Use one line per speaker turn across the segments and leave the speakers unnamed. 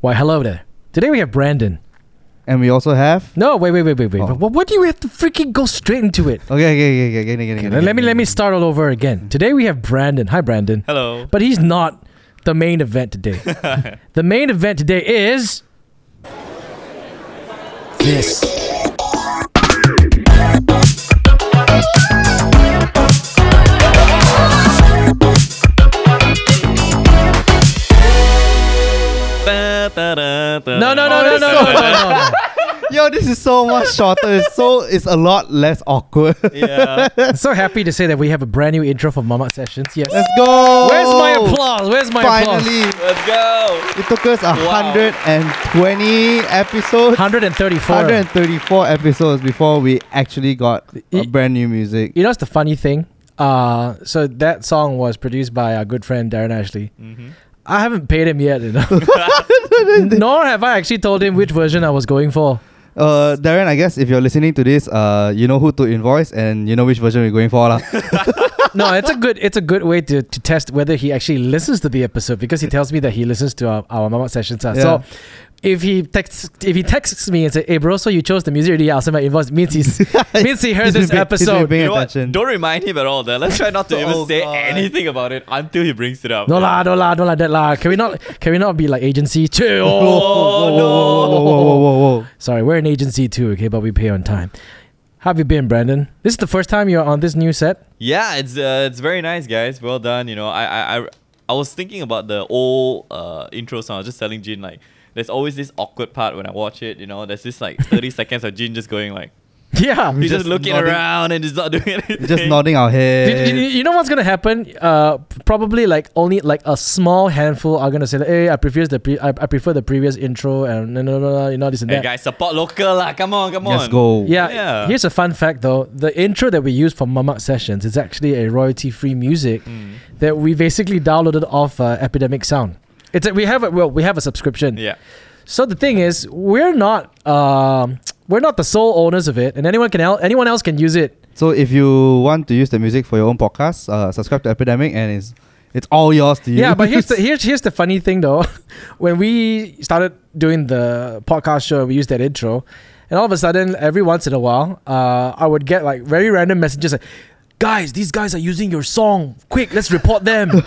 Why, hello there. Today we have Brandon.
And we also have.
No, wait, wait, wait, wait, wait.
Oh.
What, what do you have to freaking go straight into it?
Okay, okay, okay, okay, okay, okay, okay,
Let, let me let me start all over again. Today we have Brandon. Hi, Brandon.
Hello.
But he's not the main event today. the main event today is this. No, no, no, no, no, no, no, no.
Yo, this is so much shorter. It's so it's a lot less awkward.
Yeah.
I'm so happy to say that we have a brand new intro for Mama Sessions. Yes.
Let's go.
Where's my applause? Where's my applause?
Finally,
Let's go.
it took us a hundred and twenty episodes.
134.
134 episodes before we actually got a
Y-
brand new music.
You know, it's the funny thing. Uh, so that song was produced by our good friend Darren Ashley. I haven't paid him yet, you know. Nor have I actually told him which version I was going for.
Uh, Darren, I guess if you're listening to this, uh, you know who to invoice and you know which version we're going for. lah.
No, it's a good it's a good way to, to test whether he actually listens to the episode because he tells me that he listens to our, our Mama sessions. ah. So
Yeah.
if he texts if he texts me and say, "Hey bro, so you chose the music already? I'll send my invoice." Means he's means he heard this
He's been pay- he's been
episode.
paying
You know what?
attention.
Don't remind him at all. That let's try not to even
Oh,
say
God.
anything about it until he brings it up.
No la, no la, no la, that la. Can we not can we not be like agency too?
Oh,
Whoa, whoa, whoa, whoa, whoa, whoa, whoa, whoa.
Sorry, we're an agency too, okay, but we pay on time. How have you been, Brandon? This is the first time you're on this new set.
Yeah, it's uh, it's very nice, guys. Well done. You know, I I I, I was thinking about the old uh, intro song. I was just telling Jin like, there's always this awkward part when I watch it. You know, there's this like 30 seconds of Jin just going like,
Yeah.
he's just,
just
looking
nodding.
around and he's not doing anything.
Just nodding our
Did-
head.
you, you know what's gonna happen? Uh, probably like only like a small handful are gonna say, that, "Hey, I prefer the pre- I, I prefer the previous intro," and no, no, no, no, you know this and
Hey
that.
guys, support local lah. Come on, come on.
Let's go.
Yeah.
Yeah.
Here's a fun fact though: the intro that we use for Mamak Sessions is actually a royalty-free music
Mm.
that we basically downloaded off uh, Epidemic Sound. It's a, we have a well, we have a subscription.
Yeah.
So the thing is, we're not um, we're not the sole owners of it, and anyone can el- anyone else can use it.
So if you want to use the music for your own podcast, uh, subscribe to Epidemic and it's it's all yours to use.
Yeah, but here's the here's here's the funny thing though. when we started doing the podcast show, we used that intro, and all of a sudden, every once in a while, uh, I would get like very random messages like. Guys, these guys are using your song. Quick, let's report them.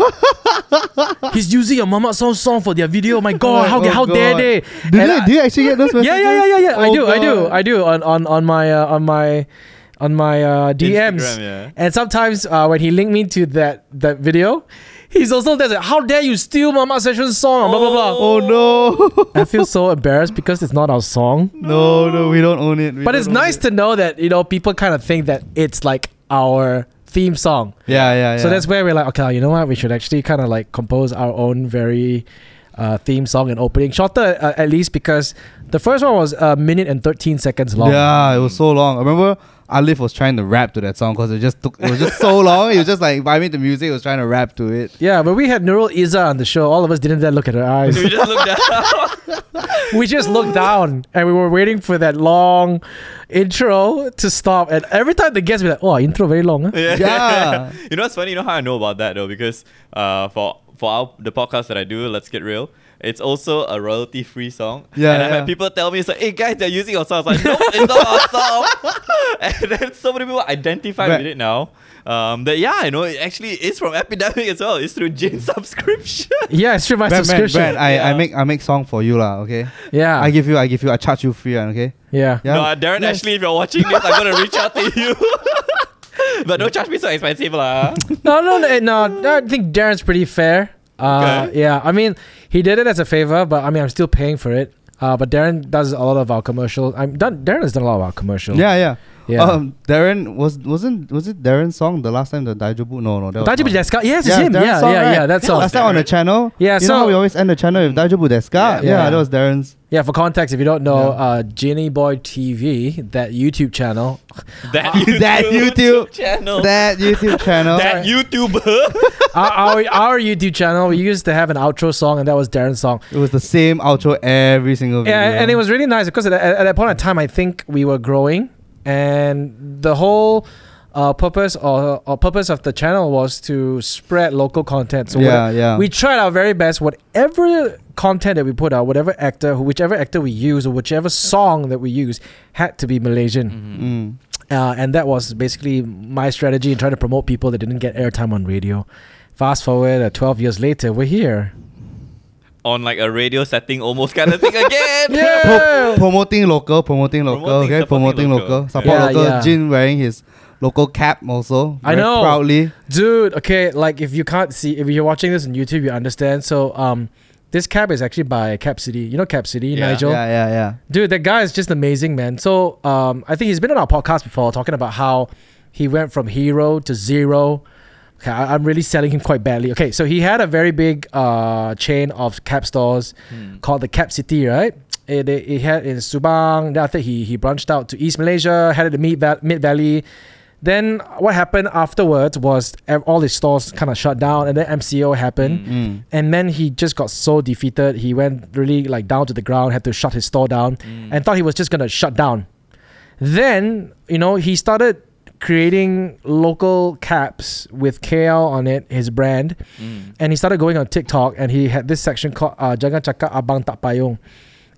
He's using a Mama Song song for their video. My God, how,
Oh,
how dare
God.
they?
do,
And
they,
I-
do you actually get those messages?
yeah, yeah, yeah, yeah, yeah. I
Oh,
do, I do,
God.
I do. On on on my uh, on my on my uh, DMs.
Instagram, yeah.
And sometimes uh, when he linked me to that that video, he's also there's like, how dare you steal Mama Session's song? Blah blah blah.
Oh no,
I feel so embarrassed because it's not our song.
no, no, we don't own it. We
But
don't
it's
own
nice
it.
to know that you know people kind of think that it's like our theme song.
Yeah, yeah, yeah.
So that's where we're like, okay, you know what? We should actually kind of like compose our own very uh, theme song and opening, shorter uh, at least because the first one was a minute and thirteen seconds long.
Yeah, it was so long. I remember Alif was trying to rap to that song because it just took. It was just so long. It was just like vibing to music. It was trying to rap to it.
Yeah, but we had Nurul Iza on the show. All of us didn't dare look at her eyes.
We just looked down.
we just looked down and we were waiting for that long intro to stop. And every time the guests were like, oh, intro very long. Huh?
Yeah.
Yeah.
you know what's funny? You know how I know about that though? Because uh, for for our, the podcast that I do, Let's Get Real, it's also a royalty free song.
Yeah,
And I've
yeah.
had people tell me, it's like, hey guys, they're using your song. I was like, nope, it's not our song. and then so many people identify
Right.
with it now. Um, that yeah, I know it actually is from Epidemic as well. It's through Jin subscription.
Yeah, it's through my
Brand, brand,
subscription.
brand, I, I
Yeah.
make I make song for you lah. Okay.
Yeah.
I give you, I give you, I charge you free. ah, Okay.
yeah.
Yeah.
No, uh, Darren,
Yes.
actually, if you're watching this, I'm gonna reach out to you. but don't charge me so expensive, lah.
No, no, no, no. I think Darren's pretty fair. Uh,
Okay.
Yeah, I mean, he did it as a favor, but I mean, I'm still paying for it. Uh, but Darren does a lot of our commercials. I'm done. Darren has done a lot of our commercials.
Yeah, yeah.
Oh. Yeah.
Um, Darren was wasn't was it Darren's song the last time the Daijobu? No, no. That was
Dajibu
not-
Deska. Yes, it's
Yeah,
him.
Darren's
Yeah,
song,
yeah,
right?
yeah. That's
Yeah,
all.
Last time on the channel.
Yeah,
you know how
so-
we always end the channel with Daijobu Deska. Yeah,
Yeah.
Yeah.
that was Darren's.
Yeah, for context, if you don't know,
Yeah.
uh, Genie Boy TV, that YouTube channel,
That
That YouTube.
channel.
That YouTube channel.
that YouTuber.
our, our, our YouTube channel, we used to have an outro song, and that was Darren's song.
it was the same outro every single video.
Yeah, and it was really nice because at, at, at that point in time, I think we were growing, and the whole uh, purpose or, or purpose of the channel was to spread local content. So
yeah,
what-
yeah.
we tried our very best. Whatever content that we put out, whatever actor, who- whichever actor we use, or whichever song that we use, had to be Malaysian.
Mhm.
Mm.
Uh, and that was basically my strategy in trying to promote people that didn't get airtime on radio. Fast forward uh, 12 years later, we're here.
On like a radio setting, almost kind of thing again.
Yeah.
Pro- promoting local, promoting local,
Promoting,
okay,
supporting
promoting
local.
local, support
Yeah,
local.
yeah.
Jin wearing his local cap also.
I
very
know.
proudly.
Dude, okay, like if you can't see, if you're watching this on YouTube, you understand. So, um, this cab is actually by Cap City. You know Cap City,
Yeah.
Nigel?
Yeah, yeah, yeah.
Dude, that guy is just amazing, man. So, um, I think he's been on our podcast before talking about how he went from hero to zero. Okay, I, I'm really selling him quite badly. Okay, so he had a very big uh, chain of cap stores
Hmm.
called the Cap City, right? It, it, it had in Subang. Then after he he branched out to East Malaysia, headed to Mid Va- Mid Valley. Then what happened afterwards was ev- all his stores kind of shut down, and then MCO happened.
Mm.
Mm.
And then he just got so defeated. He went really like down to the ground, had to shut his store down,
Mm.
and thought he was just gonna shut down. Then you know he started creating local caps with KL on it, his brand,
Mm.
and he started going on TikTok and he had this section called uh, Jangan Cakap Abang Tak Payung.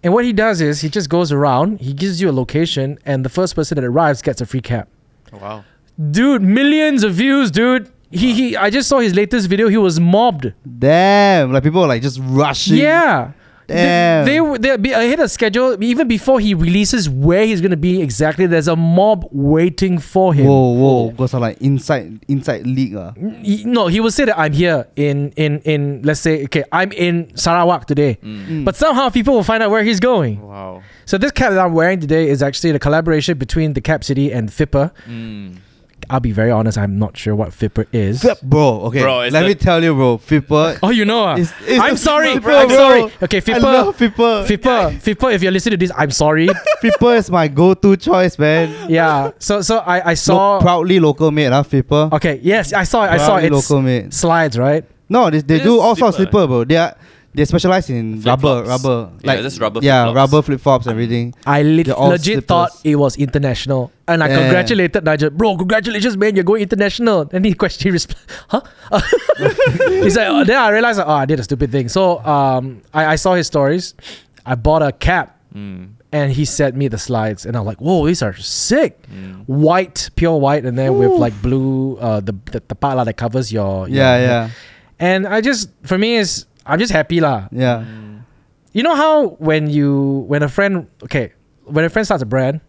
And what he does is he just goes around, he gives you a location, and the first person that arrives gets a free cap.
Wow.
Dude, millions of views, dude. He, he I just saw his latest video. He was mobbed.
Damn, like people are like just rushing.
yeah.
Damn.
They, they were- they be- I hit a schedule even before he releases where he's gonna be exactly. There's a mob waiting for him.
Whoa, whoa, because are like inside inside league. Uh.
N- y- No, he will say that I'm here in in in let's say okay, I'm in Sarawak today.
Mm.
But somehow people will find out where he's going.
Wow.
So this cap that I'm wearing today is actually the collaboration between the Cap City and Fipper.
Mm.
I'll be very honest, I'm not sure what Fipper is.
Fip- bro, okay.
Bro, it's
let
the-
me tell you, bro. Fipper.
Oh, you know, ah.
is- is
I'm
the
sorry,
Fipper,
I'm
bro.
sorry. Okay,
I
Fipper,
love Fipper.
Fipper, Fipper. If you're listening to this, I'm sorry.
Fipper is my go-to choice, man.
yeah. So, so I, I saw.
So proudly local made, ah, huh? Fipper.
okay. Yes, I saw. it, I saw.
Proudly
it. It's
local made.
slides, right?
No, they, they
It
do
is
all sorts of
slipper.
slipper, bro. They are they specialize in rubber,
Flip-flops.
rubber,
Yeah, just rubber
yeah,
flip-flops.
rubber flip flops, everything.
I le-
They're all
legit
slippers.
thought it was international, and I
Yeah.
congratulated Nigel, bro. Congratulations, man! You're going international. And he questioned, he resp- huh? He's like, oh, then I realized, like, oh, I did a stupid thing. So, um, I, I saw his stories. I bought a cap,
Mm.
and he sent me the slides, and I'm like, whoa, these are sick.
Mm.
White, pure white, and then with like blue, uh, the the, the part lah that covers your your-
Yeah, yeah,
And I just, for me, is I'm just happy lah.
yeah.
Mm.
You know how when you when a friend okay when a friend starts a brand,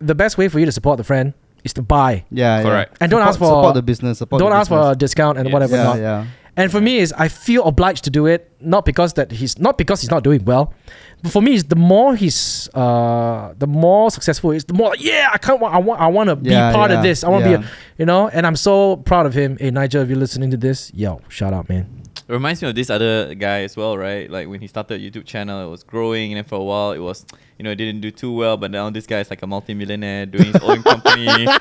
the best way for you to support the friend is to buy
Yeah, yeah.
Correct.
and don't
support,
ask for
support the business. Support
don't
the
ask for a
business.
discount and
Yes.
whatever.
yeah,
not.
yeah.
And for me is I feel obliged to do it not because that he's not because he's not doing well, but for me is the more he's uh the more successful he is the more like, yeah I can't wa- I want I want to
Yeah,
be part
yeah,
of this I want to
yeah.
be a, you know and I'm so proud of him. Hey Nigel, if you're listening to this, yo shout out man.
It reminds me of this other guy as well, right? Like when he started YouTube channel, it was growing, and then for a while, it was you know it didn't do too well. But now this guy is like a multimillionaire doing his own company.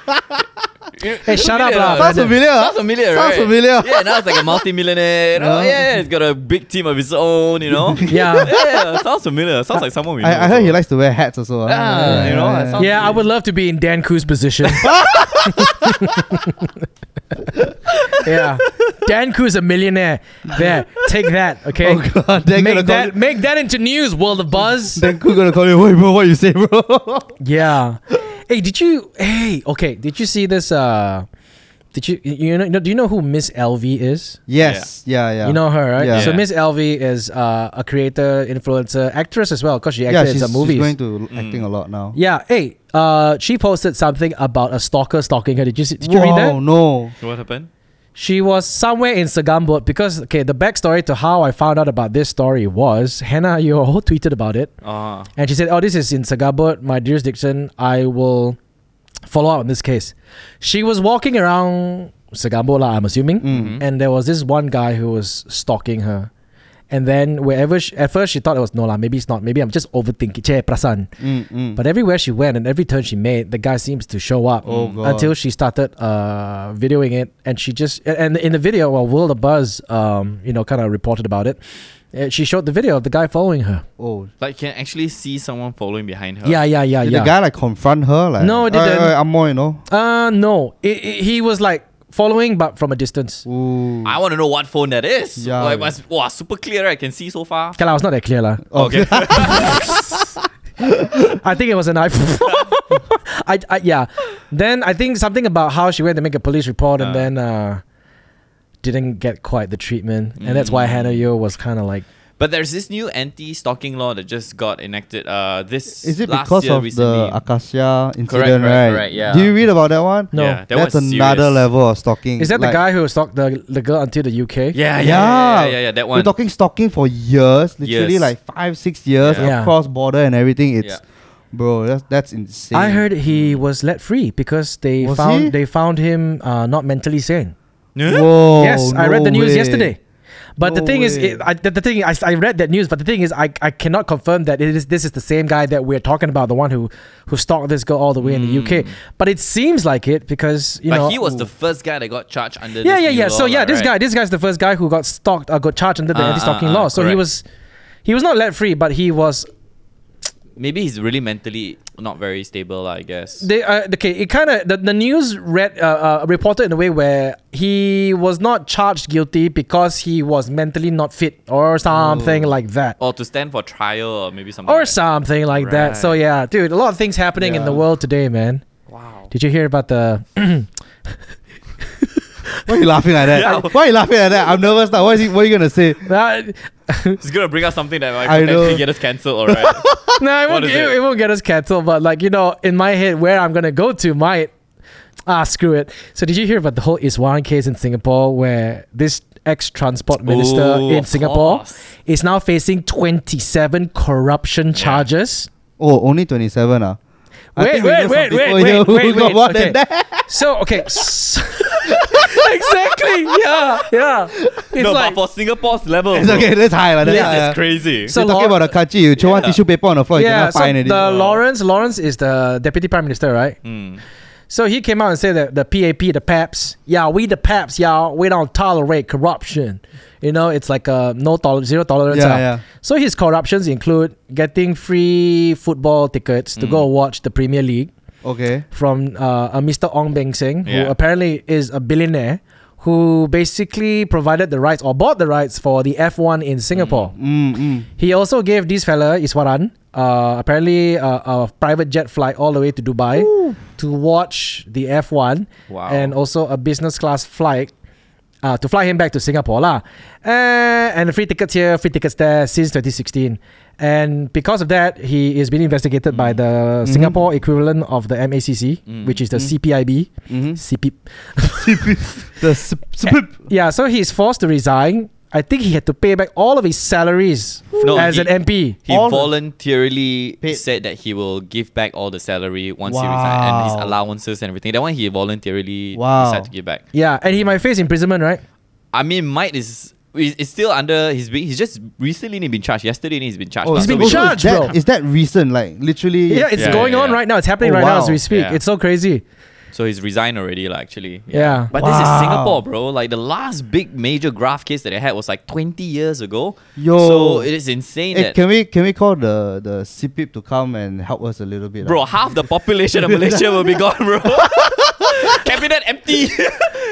Hey, shut up lah,
Sounds
Brandon.
familiar. huh?
Sounds familiar,
Sounds
right?
familiar.
Yeah, now it's like a multimillionaire. You know?
Yeah.
Yeah, he's got a big team of his own. You know.
Yeah.
yeah, sounds familiar. Sounds like someone we know.
I, I heard he
also.
likes to wear hats also. huh?
Ah, you know, I sound-
Yeah, I would love to be in Dan Koo's position. yeah, Dan Koo's a millionaire. There, take that. Okay,
Oh god, they're
make
gonna call
that
you.
make that into news. World of buzz.
Then Cook gonna call you. Wait, bro, what you say, bro?
yeah. Hey, did you? Hey, okay. Did you see this? Uh, did you? You know? Do you know who Miss LV is?
yes, yeah, yeah.
You know her, right?
Yeah.
So
Yeah.
Miss LV is uh, a creator, influencer, actress as well, because she
yeah,
acted
she's,
in some
she's
movies.
going to
Mm.
acting a lot now.
yeah. Hey, uh, she posted something about a stalker stalking her. Did you see, did you
wow,
read that?
no.
What happened?
She was somewhere in Segambut because okay, the backstory to how I found out about this story was Hannah Yo tweeted about it
Ah,
and she said, Oh, this is in Segambut, my dearest Dixon, I will follow up on this case. She was walking around Segambut, lah, I'm assuming,
Mm.
and there was this one guy who was stalking her. And then wherever she, at first she thought it was no lah, maybe it's not. Maybe I'm just overthinking. Che prasan.
Mm, mm.
But everywhere she went and every turn she made, the guy seems to show up
Oh, God.
until she started uh, videoing it. And she just and- and in the video, well, Will the Buzz, um, you know, kind of reported about it. uh, She showed the video of the guy following her.
oh,
Like can actually see someone following behind her.
Yeah, yeah, yeah,
did
uh, yeah.
the guy like confront her? Like,
No, it
"Oi,
didn't.
oi, I'm more, you know.
uh, no, it, it- he was like following, but from a distance.
Ooh.
I want to know what phone that is.
Yeah.
Yeah. Like, must, wow, super clear. I can see so far.
Okay, lah, it's not that clear lah.
Okay.
I think it was an iPhone. I, I yeah. Then I think something about how she went to make a police report and
Ah.
then uh, didn't get quite the treatment, and that's why
Mm.
Hannah Yeo was kind of like
but there's this new anti-stalking law that just got enacted. Uh, this
Is it
last
because
year
of
recently.
the Akasha incident,
correct,
right?
correct, yeah.
Do you read about that one?
no.
Yeah, that
That's
one's
another
serious.
level of stalking.
Is that
Like,
the guy who stalked the the girl until the UK?
Yeah, yeah, yeah, yeah, yeah, yeah, that
We're
one.
talking stalking for years, literally
Years.
like five, six years,
Yeah.
Yeah.
across border and everything. It's,
Yeah.
bro, that's that's insane.
I heard he was let free because they
Was
found
he?
they found him uh, not mentally sane.
Whoa,
yes, I read
no
the news
way.
yesterday. But the
No
thing is,
way.
it, I, the, the thing I, I read that news. But the thing is, I, I cannot confirm that it is this is the same guy that we're talking about, the one who who stalked this girl all the way in the UK.
Hmm.
But it seems like it because you
but
know
he was the first guy that got charged under.
yeah
this
yeah
new
yeah.
law
So yeah,
lah,
this
right?
guy this guy's the first guy who got stalked or got charged under the
Ah,
anti-stalking
ah, ah,
law. So he was
correct.
he was not let free, but he was
Maybe he's really mentally not very stable. lah, I guess.
They uh, okay. It kind of the, the news read uh, uh, reported in a way where he was not charged guilty because he was mentally not fit or
Oh.
something like that,
or to stand for trial or maybe something.
or
like that.
something like that. So
Right.
yeah, dude, a lot of things happening in the
Yeah.
world today, man.
Wow.
Did you hear about the? uh,
Why are you laughing like that?
Yeah.
Why are you laughing like that? I'm nervous now. What, is he, what are you gonna say?
Uh,
He's gonna bring up something that might
I know.
potentially get us cancelled, alright?
no, it
What
won't,
is
it,
it?
it won't get us cancelled, but like you know, in my head, where I'm gonna go to might ah screw it. So did you hear about the whole Iswaran case in Singapore where this ex transport minister
Ooh,
in
of
Singapore?
course.
is now facing 27 corruption charges.
Oh, only 27 ah. I
Wait,
think we know
wait,
some
wait,
people
wait,
here
wait,
who
wait,
got
wait,
more
okay.
than that.
So, okay. s- exactly. Yeah. Yeah. It's
no,
like
but for Singapore's level,
It's
bro,
okay, that's high like
This
that.
is crazy.
So
So talking
Lau-
about the kachi, you throw one
Yeah.
tissue paper on the floor,
yeah,
Oh, you cannot
so
find anything.
the Lawrence Lawrence is the deputy prime minister, right?
Mm.
So he came out and said that the PAP, the PAPs, yeah, we the PAPs, y'all, we don't tolerate corruption. You know, it's like a no tolerance, zero tolerance.
Yeah,
ah.
yeah.
So his corruptions include getting free football tickets to go watch the Premier League.
Okay.
from uh, a Mr. Ong Beng Seng, who
Yeah.
apparently is a billionaire, who basically provided the rights or bought the rights for the F1 in Singapore.
Mm, mm.
He also gave this fella, Iswaran, uh, apparently uh, a private jet flight all the way to Dubai to watch the F1
Wow.
and also a business class flight. Uh, to fly him back to Singapore lah, uh, and free tickets here, free tickets there since 2016, and because of that, he is being investigated by the Singapore equivalent of the MACC,
Mm. Mm-hmm.
which is the
Mhm.
CPIB,
hmm
CP.
The sp- sp-
Yeah, so he's forced to resign. I think he had to pay back all of his salaries
No,
as
he-
an MP.
He
All the-
voluntarily
Paid.
said that he will give back all the salary once he resigned and
Wow.
his allowances and everything. That one he voluntarily
Wow.
decided to give back.
Yeah, and he might face imprisonment, right?
I mean, might is is is still under. He's been he's just recently only been charged. Yesterday only he's been charged.
Oh,
lah.
He's
so
been
also
we-
is
charged,
that-
bro.
Is that recent? Like literally?
Yeah, it's
Yeah,
going
yeah,
on
yeah.
right now. It's happening
Oh,
right now as
wow.
we speak.
Yeah.
It's so crazy.
So he's resigned already, like actually.
Yeah.
But this
Wow.
is Singapore, bro. Like the last big major graph case that they had was like 20 years ago.
Yo.
So it is insane
Hey,
that
eh, can we can we call the the CPIP to come and help us a little bit?
bro
ah?
half the population of Malaysia will be gone, bro. Cabinet empty.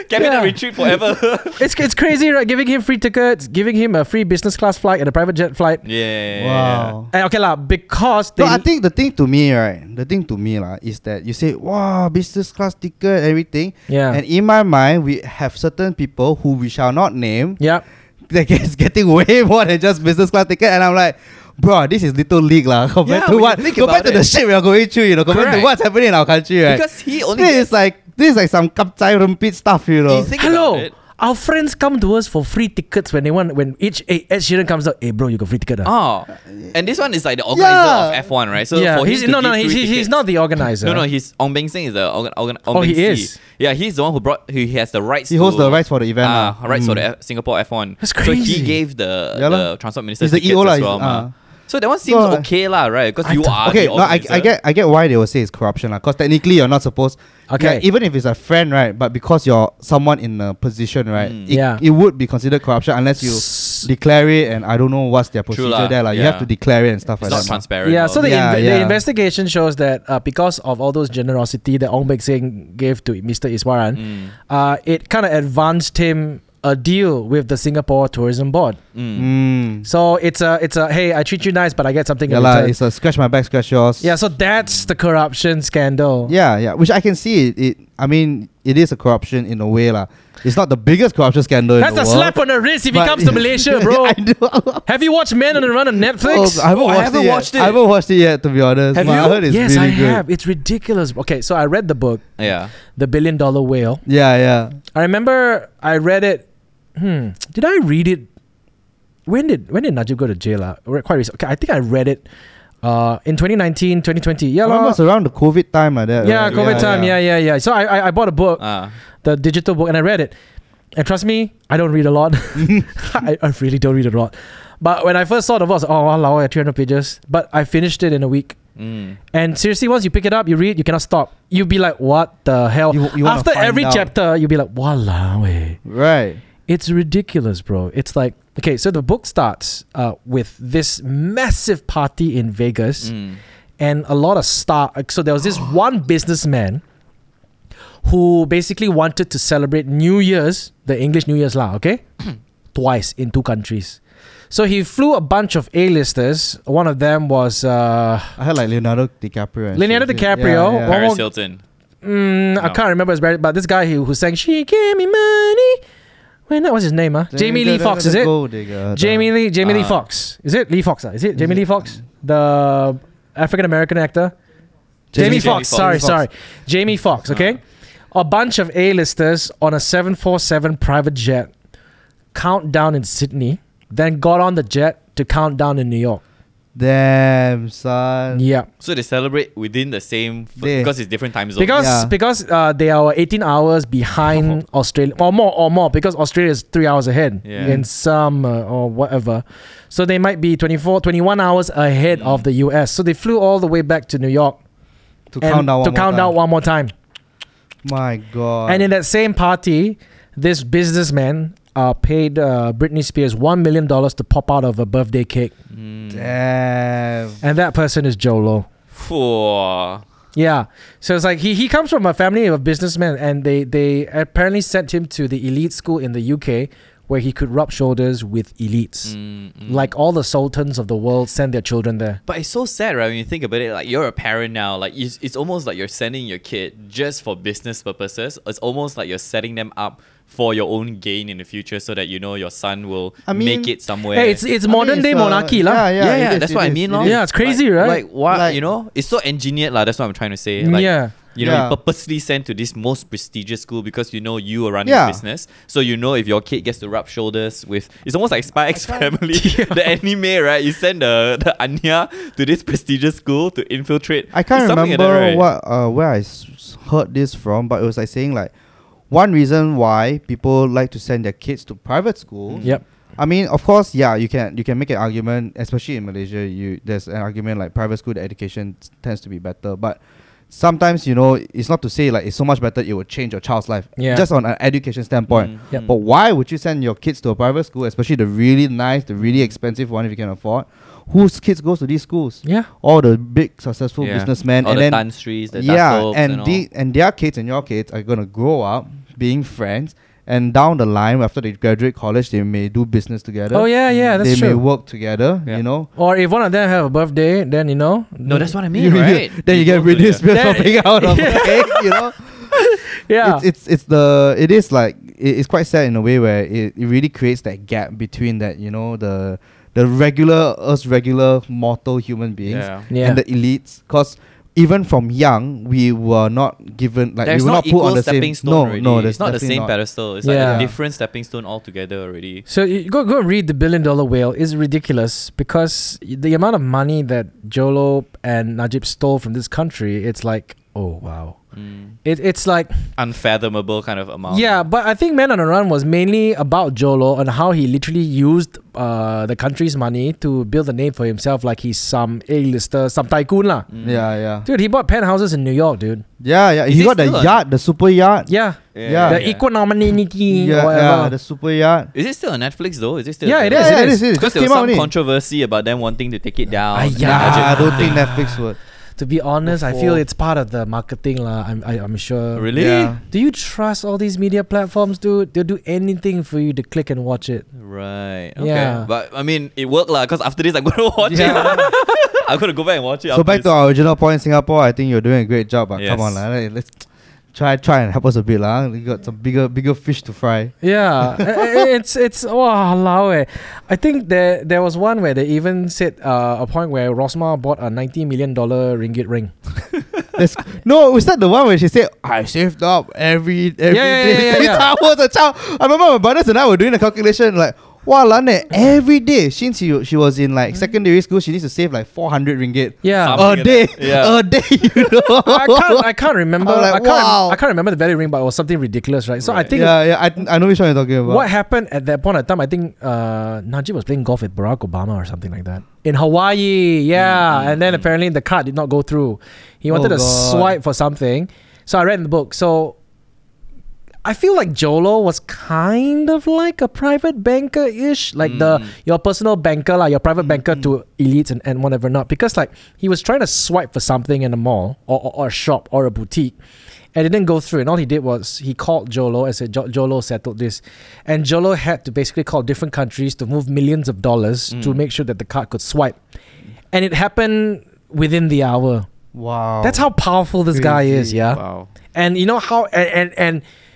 Cabinet
Yeah.
retreat forever.
It's it's crazy, right? Giving him free tickets, giving him a free business class flight and a private jet flight.
yeah.
Wow.
And okay lah, because they
No, I think the thing to me, right? The thing to me, lah, is that you say, "Wow, business class ticket, everything."
yeah
And in my mind, we have certain people who we shall not name
yeah.
that is getting way more than just business class ticket. And I'm like, bro, this is little league lah. Compared
Yeah,
to
when you
what,
think
compared
about
to the
it.
shit we are going through, you know, compared to
Correct.
what's happening in our country, right?
Because he only
this
gets-
is like this is like some kapcai rumpit stuff, you know.
You think
Hello,
about it.
Our friends come to us for free tickets when they want when each hey, Ed Sheeran comes out. Hey bro, you got free ticket. ah."
Oh, and this one is like the organizer
Yeah.
of F1, right? So
yeah,
for
he's,
him
no,
to give
no,
free
he's, he's- he's
tickets-
not the organizer.
No, no, he's Ong Beng Seng is the organ, organ,
Oh,
Ong
he
Beng
is?
Si. Yeah, he's the one who brought who he has the rights.
He holds
to-
the rights for the event,
Ah,
lah.
rights for
Mm.
the F- Singapore F1.
That's
So he
crazy.
gave the
Yeah lah.
the transport minister
He's the
tickets
EO lah, he's-
as well,
ah.
mah. So that one seems
So, uh,
okay lah, right? Because
I
you
don't-
are
okay,
the
no, I,
organizer.
I get I get why they will say it's corruption because technically you're not supposed.
Okay.
like, even if it's a friend, right? But because you're someone in a position, right?
Mm.
It,
Yeah.
it would be considered corruption unless you
S-
declare it, and I don't know what's their procedure
lah,
there, like you have to
yeah.
declare it and stuff
It's
like
not
that. mah.
transparent.
yeah, so the,
they
Yeah,
inve- the
yeah.
investigation shows that uh, because of all those generosity that Ong Beng Seng gave to Mr. Iswaran,
Mm.
uh, it kind of advanced him a deal with the Singapore Tourism Board.
Mm.
So it's a it's a hey, I treat you nice, but I get something
Yeah,
in
lah,
return.
it's a scratch my back, scratch yours.
yeah, so that's the corruption scandal.
Yeah, yeah, which I can see it. it I mean, it is a corruption in a way, lah. It's not the biggest corruption scandal
that's
in the
a
world.
slap on the wrist if he
but-
comes to Malaysia, bro.
I know.
Have you watched Men on the Run on Netflix?
I haven't,
Oh, I
watched,
haven't
it yet.
watched it.
I haven't watched it yet, to be honest.
have
but I heard
you?
it's
Yes,
really
I
good.
have. It's ridiculous. Okay, so I read the book,
Yeah.
The Billion Dollar Whale.
Yeah, yeah.
I remember I read it. Hmm. Did I read it? When did when did Najib go to jail? ah? Re- Quite recent. Okay, I think I read it uh, in 2019, 2020. Yeah,
I
lah.
remember it's around the COVID time like that.
yeah,
right?
COVID time. Yeah, yeah, yeah. So I, I I bought a book,
Ah.
the digital book, and I read it. And trust me, I don't read a lot. I, I really don't read a lot. But when I first saw the book, I was like, oh wow, 300 pages. But I finished it in a week.
Mm.
And seriously, once you pick it up, you read, you cannot stop. You'll be like, what the hell?
You- you wanna
After
find
every
out.
chapter, you'll be like, walao eh.
Right.
It's ridiculous, bro. It's like, okay, so the book starts uh, with this massive party in Vegas
Mm.
and a lot of star. uh, So there was this one businessman who basically wanted to celebrate New Year's, the English New Year's lah, okay? Twice in two countries. So he flew a bunch of A-listers. One of them was uh,
I heard like Leonardo DiCaprio. and
Leonardo
shit.
DiCaprio,
Yeah, yeah.
One
Paris
more-
Hilton.
Mm, I
No.
can't remember his brand, but this guy who, who sang "She Gave Me Money," when that was his name, huh? Jamie Lee Fox, is it?
Gold digger,
Jamie Lee, Jamie Lee
Uh.
Fox, is it Lee Fox? ah? Is it Jamie
it?
Lee Fox, the African American actor?
Jamie-
Jamie,
Jamie
Fox,
Fox.
sorry,
Jamie Fox.
sorry, Jamie Fox. Okay, a bunch of A-listers on a seven four seven private jet, count down in Sydney, then got on the jet to count down in New York.
Damn son.
Yeah,
So they celebrate within the same f-
They-
because it's different time zone.
because
Yeah.
because uh, they are 18 hours behind Australia or more or more because Australia is 3 hours ahead
Yeah.
in some uh, or whatever so they might be 24 21 hours ahead of the US so they flew all the way back to New York
To
and
count down. One
to
more
count
time.
down one more time
My God.
and in that same party this businessman uh, paid uh, Britney Spears 1 million dollars to pop out of a birthday cake
Damn.
and that person is Joe Low
Phew.
Yeah. So it's like he, he comes from a family of businessmen and they, they apparently sent him to the elite school in the UK where he could rub shoulders with elites.
Mm, mm.
Like all the sultans of the world send their children there.
But it's so sad, right? When you think about it, like you're a parent now, like it's, it's almost like you're sending your kid just for business purposes. It's almost like you're setting them up for your own gain in the future, so that you know your son will
I mean-
make it somewhere.
Hey, it's it's
I mean,
modern
it's
day
a-
monarchy lah.
Yeah, yeah.
yeah,
it
yeah,
is,
that's
it
what I
is,
mean,
it
lor.
is.
Yeah, it's crazy,
Like-
right?
Like what
Like-
you know, it's so engineered, lah. That's what I'm trying to say. Like,
Yeah.
You know,
Yeah.
you purposely sent to this most prestigious school because you know you are running
Yeah.
a business, so you know if your kid gets to rub shoulders with, it's almost like Spy X Family, the anime, right? You send the the Anya to this prestigious school to infiltrate.
I can't
It's something
remember
like that, right?
what uh, where I s- s- heard this from, but it was like saying like one reason why people like to send their kids to private school.
Mm. Yep.
I mean, of course, yeah, you can you can make an argument, especially in Malaysia. You there's an argument like private school the education s- tends to be better, but sometimes you know it's not to say like it's so much better it would change your child's life.
Yeah.
Just on an education standpoint.
Mm,
Yep.
But why would you send your kids to a private school, especially the really nice, the really expensive one if you can afford? Whose kids goes to these schools?
Yeah.
all the big successful
Yeah.
businessmen,
All
and
the
then
Tan Sries, the
yeah,
Datos
and
all.
the and their kids and your kids are gonna grow up being friends, and down the line after they graduate college, they may do business together.
Oh yeah, yeah, that's
they may
true.
work together.
Yeah.
You know.
or if one of them have a birthday, then you know.
no, that's what I mean, right?
then you get
People do
reduced
that.
bills for
Then-
being out of a cake, you know.
Yeah.
It's, it's it's the it is like it, it's quite sad in a way where it, it really creates that gap between that you know the the regular us regular mortal human beings
Yeah.
yeah.
and the elites. Because even from young, we were not given like
there's
we were not,
not,
put
equal
on the
stepping
same.
stone
no,
already.
no,
it's
there's
not the
definitely
same pedestal. It's
Yeah.
like a different stepping stone altogether already.
So you go go read the billion dollar whale is ridiculous because the amount of money that Jolo and Najib stole from this country, it's like oh wow,
Mm.
it, it's like
Unfathomable kind of amount.
yeah. But I think Man on the Run was mainly about Jolo and how he literally used uh, the country's money to build a name for himself, like he's some A-lister, some tycoon lah.
Mm.
Yeah, yeah,
Dude, he bought penthouses in New York, dude.
yeah, yeah.
Is
He
it
got the
still on-
yacht, the super yacht.
Yeah,
Yeah.
the equanimity or
yeah,
whatever.
yeah, the super yacht.
Is it still on Netflix though? Is it still?
Yeah, it is,
yeah,
it is.
it is. It
Because
just
there was
came out.
some
only.
controversy about them wanting to take it down.
Ah,
and
yeah.
budget
Nah, I don't think
thing.
Netflix would.
To be honest, I feel
Before-
it's part of the marketing lah. I'm I, I'm sure.
Really?
Yeah.
Do you trust all these media platforms, dude? They'll do anything for you to click and watch it.
Right. Okay.
Yeah.
But I mean, it worked lah. Because after this, I'm gonna watch it. I'm gonna go back and watch it.
So
after
back
this.
to our original point, Singapore. I think you're doing a great job. But come on,
Yes.
lah, let- let's try try and help us a bit, lah. We got some bigger bigger fish to fry.
Yeah, I- I- it's it's wow, eh. I think there there was one where they even said uh, a point where Rosma bought a ninety million dollar ringgit ring.
Let's, no, was that the one where she said I saved up every every
yeah,
day
yeah, yeah,
since
yeah.
I was a child? I remember my brothers and I were doing the calculation like. Wow, Lane, every day since she, she was in like secondary school, she needs to save like 400 ringgit
Yeah,
Some-
a day.
Yeah.
A day, you know.
Oh, I can't I can't remember.
I'm like,
I can't
wow.
I can't remember the value ring, but it was something ridiculous, right? So I
Right.
think
yeah, yeah, I, I know which one you're talking about.
What happened at that point of time? I think uh, Najib was playing golf with Barack Obama or something like that in Hawaii. Yeah,
Mm,
and then
mm.
apparently the card did not go through. He
Oh
wanted to
God.
swipe for something. So I read in the book. So I feel like Jolo was kind of like a private banker ish, like the
Mm.
your personal banker like your private
Mm,
banker
mm.
to elites and, and whatever not because like he was trying to swipe for something in a mall or, or, or a shop or a boutique and it didn't go through and all he did was he called jolo and said "Jo- jolo settled this and jolo had to basically call different countries to move millions of dollars to
Mm.
make sure that the card could swipe and it happened within the hour
Wow.
that's how powerful this guy is
Oh. Crazy.
yeah
Wow.
and you know how and, and and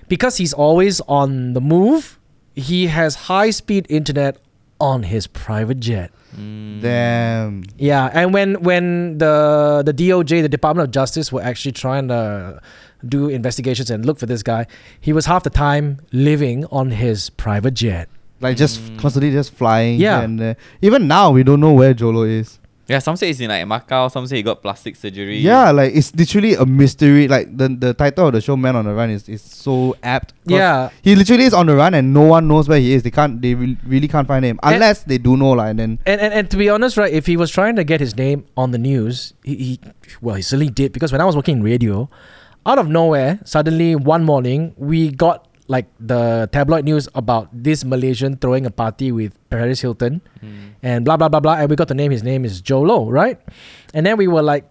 because he's always on the move he has high speed internet on his private jet
Mm.
Damn.
yeah, and when when the the DOJ, the Department of Justice, were actually trying to do investigations and look for this guy, he was half the time living on his private jet.
Like just
Mm.
constantly just flying.
Yeah.
And uh, even now we don't know where Jolo is.
Yeah. Some say it's in like Macau. Some say he got plastic surgery.
Yeah, like it's literally a mystery. Like the the title of the show, Man on the Run, is, is so apt. 'cause
Yeah,
He literally is on the run and no one knows where he is. They can't. They re- really can't find him
And-
unless they do know, like. And then
Um, and, and and to be honest, right, if he was trying to get his name on the news, he, he well, he certainly did because when I was working in radio, out of nowhere, suddenly one morning we got like the tabloid news about this Malaysian throwing a party with Paris Hilton.
Mm.
and blah blah blah blah. And we got the name. His name is Jolo, right? And then we were like,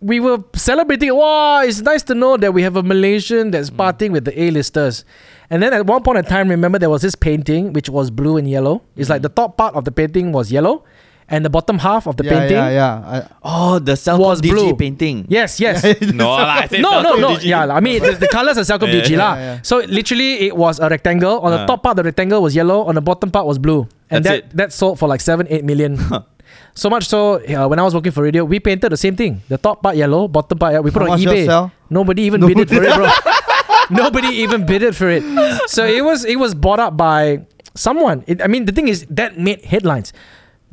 we were celebrating. Wow, it's nice to know that we have a Malaysian
Mm.
that's partying with the A-listers. And then at one point in time, remember there was this painting which was blue and yellow. It's like the top part of the painting was yellow, and the bottom half of the
Mm. yeah,
painting.
Yeah, yeah. I,
Oh, the Celcom
Was
DG
blue.
painting.
Yes, yes.
No, lah, I said
No, no,
Celcom
no.
DG.
Yeah, lah. I mean, the, the colors are Celcom
Yeah,
DG
yeah,
lah.
yeah.
So literally, it was a rectangle. On the
Ah.
top part, the rectangle was yellow. On the bottom part was blue. And
That's
that that sold for like seven, eight million. so much so, uh, when I was working for radio, we painted the same thing. The top part yellow, bottom part yellow. We put on
How much
eBay.
yours sell?
Nobody even bid it for it, bro. Nobody even bid it for it. So it was it was bought up by someone. It, I mean, the thing is that made headlines.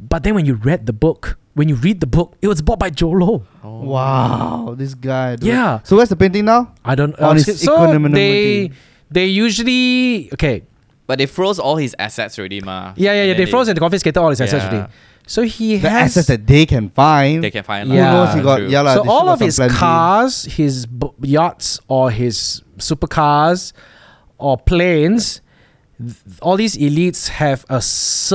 But then when you read the book, when you read the book, it was bought by Jolo.
Oh.
wow, this guy. dude.
Yeah.
So where's the painting now?
I don't. uh,
On his
so
economy.
they they usually okay.
But they froze all his assets already, ma.
Yeah, yeah, yeah.
And
They
then
froze and confiscated all his assets already.
Yeah.
So he
The
has.
assets that they can find.
They can find.
Who
lah.
Yeah. knows
he got-
True.
yeah lah.
so
they should
all
have
of
some
his
plan B.
cars, his b- yachts, or his supercars, or planes, th- all these elites have a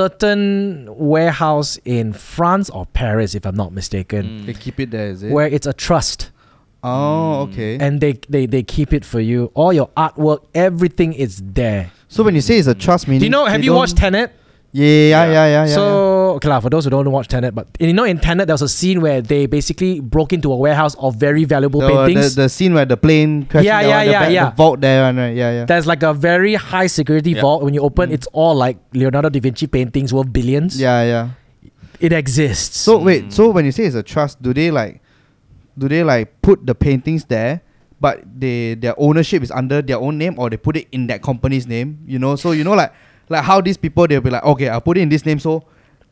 certain warehouse in France or Paris, if I'm not mistaken,
They
Mm.
keep it there, is it?
where it's a trust.
Hmm.
Oh, okay.
and they, they they keep it for you. All your artwork, everything is there.
so when you say it's a trust, meaning
Do you know? Have
they
you
don't-
watched Tenet?
Yeah, yeah, yeah, yeah, yeah. yeah.
so okay, lah, for those who don't watch Tenet, but you know in Tenet there was a scene where they basically broke into a warehouse of very valuable
the,
paintings.
the, the scene where the plane crashed
Yeah,
that
yeah,
one, the
yeah,
back-
yeah.
the vault there one, right? yeah yeah
There's like a very high security
Yeah.
vault. When you open,
Mm.
it's all like Leonardo da Vinci paintings worth billions.
yeah yeah
It exists.
so wait
Mm.
so when you say it's a trust do they like do they like put the paintings there but they their ownership is under their own name or they put it in that company's name you know so you know like like how these people they'll be like okay i'll put it in this name so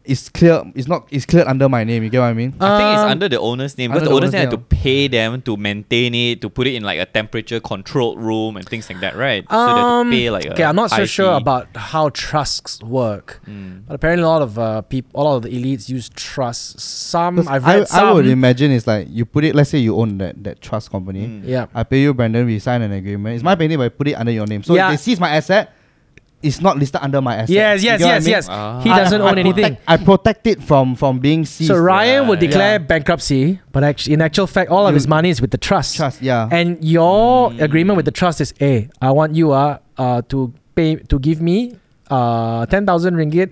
it's clear it's not it's cleared under my name you get what i mean
I think it's
Um,
under the owner's name
under
because the
the
owner's name
owner's
had to pay them to maintain it, to put it in like a temperature controlled room and things like that, right? so they have to pay like a
Um, okay, I'm not so
high
sure
fee.
about how trusts work,
Mm.
but apparently a lot of uh, people, a lot of the elites use trusts. Some
'Cause
I've read
I,
some.
I would imagine it's like you put it let's say you own that, that trust company
Mm.
yeah,
I pay you, Brandon. We sign an agreement. It's my painting, but I put it under your name. So
Yeah.
if they seize my asset, it's not listed under my asset.
yes,
You
yes,
get what I
yes,
mean?
yes.
Ah.
He
I-
doesn't
I
own
protect-
anything.
I protect it from from being seized.
So Ryan will
Yeah,
declare
yeah.
bankruptcy, but actually, in actual fact, all of his
You-
money is with the trust.
trust, Hmm. yeah.
And your
Mm.
agreement with the trust is, hey, I want you uh, uh to pay to give me uh ten thousand ringgit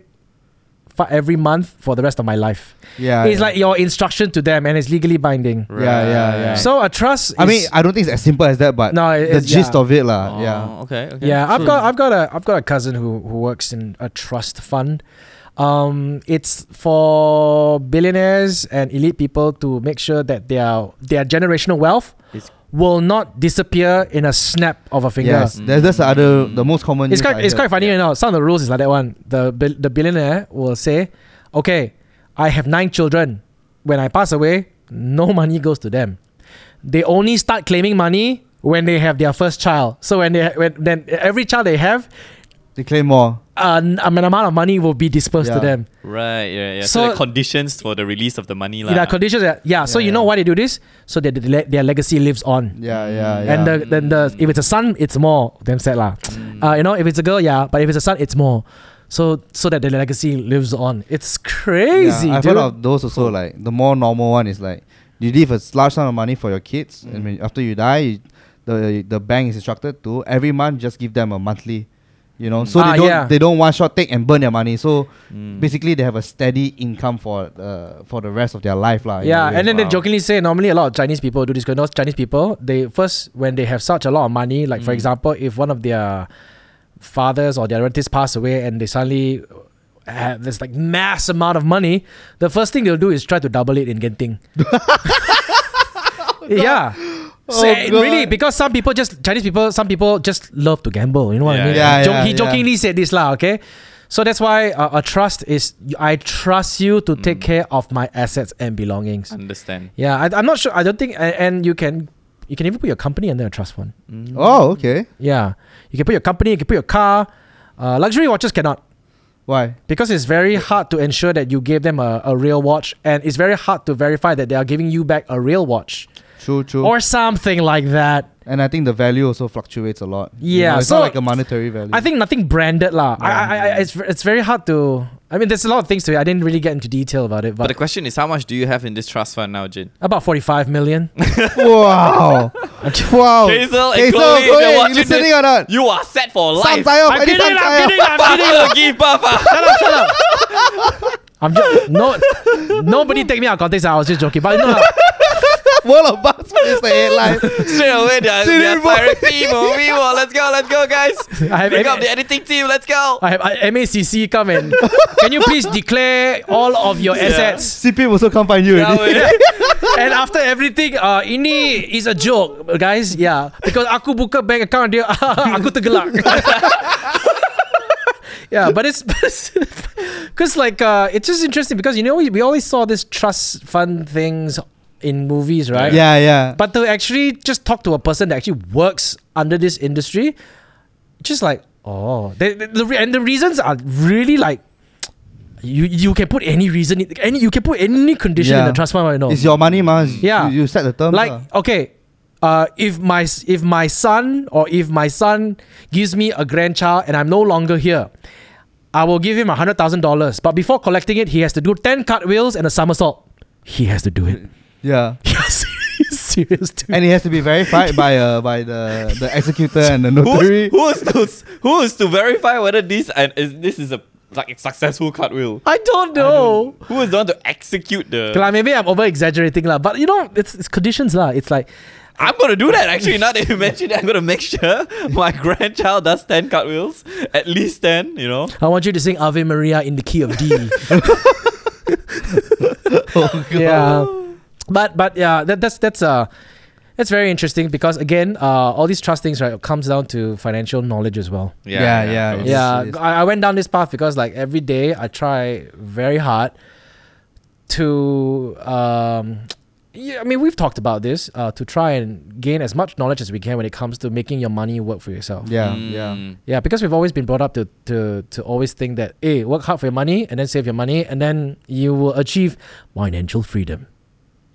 for every month for the rest of my life.
yeah,
it's
Ah, yeah.
like your instruction to them, and it's legally binding.
Yeah, yeah, yeah.
Right.
So a trust. Is,
I mean, I don't think it's as simple as that, but
no, it-
the
it's-
gist
yeah.
of it, lah. Uh,
Oh,
Yeah.
Okay. Okay. Hmm.
Yeah, I've
So-
got I've got a I've got a cousin who who works in a trust fund. Um, it's for billionaires and elite people to make sure that their their generational wealth
It's-
will not disappear in a snap of a finger.
Yes, that's, that's the other, the most common.
Mm. It's
news
quite
I
it's
heard.
quite funny you know. Some of the rules is like that one. The bill- the billionaire will say, "Okay, I have nine children. When I pass away, no money goes to them. They only start claiming money when they have their first child. So when they when then every child they have, eh?
They claim more.
an, an amount of money will be dispersed to
Yeah.
them.
Right. Yeah. Yeah. So,
So-
the conditions for the release of the money, lah.
There are conditions that yeah. So
Yeah,
you know
yeah.
why they do this? So that their, their legacy lives on.
Yeah,
Mm.
yeah, yeah. Mm.
And the, then the if it's a son, it's more. Damn sad lah. Uh, you know, if it's a girl, yeah, but if it's a son, it's more. So so that the legacy lives on. It's crazy,
Yeah, I've
dude.
heard of those also. Like the more normal one is like you leave a large sum of money for your kids,
Mm.
and when, after you die, you, the the bank is instructed to every month just give them a monthly. You know, so
Ah,
they don't
yeah.
they don't one shot take and burn their money. So
Mm.
basically, they have a steady income for uh, for the rest of their life, lah. in a
yeah,
way.
and then they
wow.
jokingly say normally a lot of Chinese people do this because those Chinese people they first when they have such a lot of money, like for
Mm.
example, if one of their fathers or their relatives pass away and they suddenly have this like mass amount of money, the first thing they'll do is try to double it in Genting. yeah. So
Oh,
it really,
God.
because some people just Chinese people, some people just love to gamble. You know what I
Yeah,
mean?
yeah.
Jo-
Yeah,
he
yeah,
jokingly said this lah. Okay, so that's why uh, a trust is I trust you to take
Mm.
care of my assets and belongings.
Understand.
Yeah, I, I'm not sure. I don't think, and, and you can you can even put your company under a trust fund.
Mm.
oh okay,
Yeah, you can put your company, you can put your car. Uh, luxury watches cannot
why?
because it's very hard to ensure that you gave them a, a real watch, and it's very hard to verify that they are giving you back a real watch
True, true.
or something like that.
and I think the value also fluctuates a lot.
Yeah,
it's
so-
not like a monetary value.
I think nothing branded lah. I, I, I, it's it's very hard to. I mean, there's a lot of things to it. I didn't really get into detail about it, but,
But the question is, how much do you have in this trust fund now, Jin?
about 45 million.
wow, wow.
Hazel and
Hazel,
Chloe,
Chloe,
they're watching
you listening
this.
or not?
You are set for
Sam
life.
Tayo,
I'm
I need
kidding,
Sam
I'm
Tayo.
kidding, I'm kidding.
Buffer, give buffer.
shut up, shut up. I'm just no. Nobody take me out of context. I was just joking, but no.
World of Bucks is the headline.
Straight away, they're,
Straight
they're
away.
pirate team. oh, we will. Let's go, let's go, guys.
I have,
Pick
M-
up the editing team. Let's go.
I have I, MACC come and can you please declare all of your assets?
CP also can't find you.
Yeah,
already.
we-
And after everything, uh, ini is a joke, guys. Yeah, because aku buka bank account dia, aku tergelak. yeah, but it's because like uh, it's just interesting because you know we, we always saw this trust fund things in movies, right?
yeah, yeah.
But to actually just talk to a person that actually works under this industry, just like oh, they, they- the re- and the reasons are really like you you can put any reason, in- any you can put any condition in
Yeah.
the trust fund right now.
it's your money, man. It's-
Yeah.
you, you set the terms. lah.
like okay, uh, if my s- if my son or if my son gives me a grandchild and I'm no longer here. I will give him hundred thousand dollars, but before collecting it, he has to do ten cartwheels and a somersault. He has to do it.
yeah,
Yes, he's serious dude.
and it has to be verified by uh by the the executor and the notary.
Who's, who's to who's to verify whether this and is this is a like a successful cartwheel?
I don't know.
Who is the one to execute the?
Okay, lah, maybe I'm over exaggerating lah, but you know, it's, it's conditions lah. It's like
I'm gonna do that actually. Now that you mentioned it, I'm gonna make sure my grandchild does ten cartwheels, at least ten. You know.
I want you to sing Ave Maria in the key of D.
Oh, God.
yeah. but but yeah, that, that's that's uh that's very interesting because again, uh, all these trust things right comes down to financial knowledge as well.
Yeah,
of
yeah,
course.
Yes,
yeah,
yes.
I, I went down this path because like every day I try very hard to. Um, yeah, I mean we've talked about this uh, to try and gain as much knowledge as we can when it comes to making your money work for yourself.
Yeah,
Mm.
yeah.
Yeah, because we've always been brought up to to to always think that hey, work hard for your money and then save your money and then you will achieve financial freedom.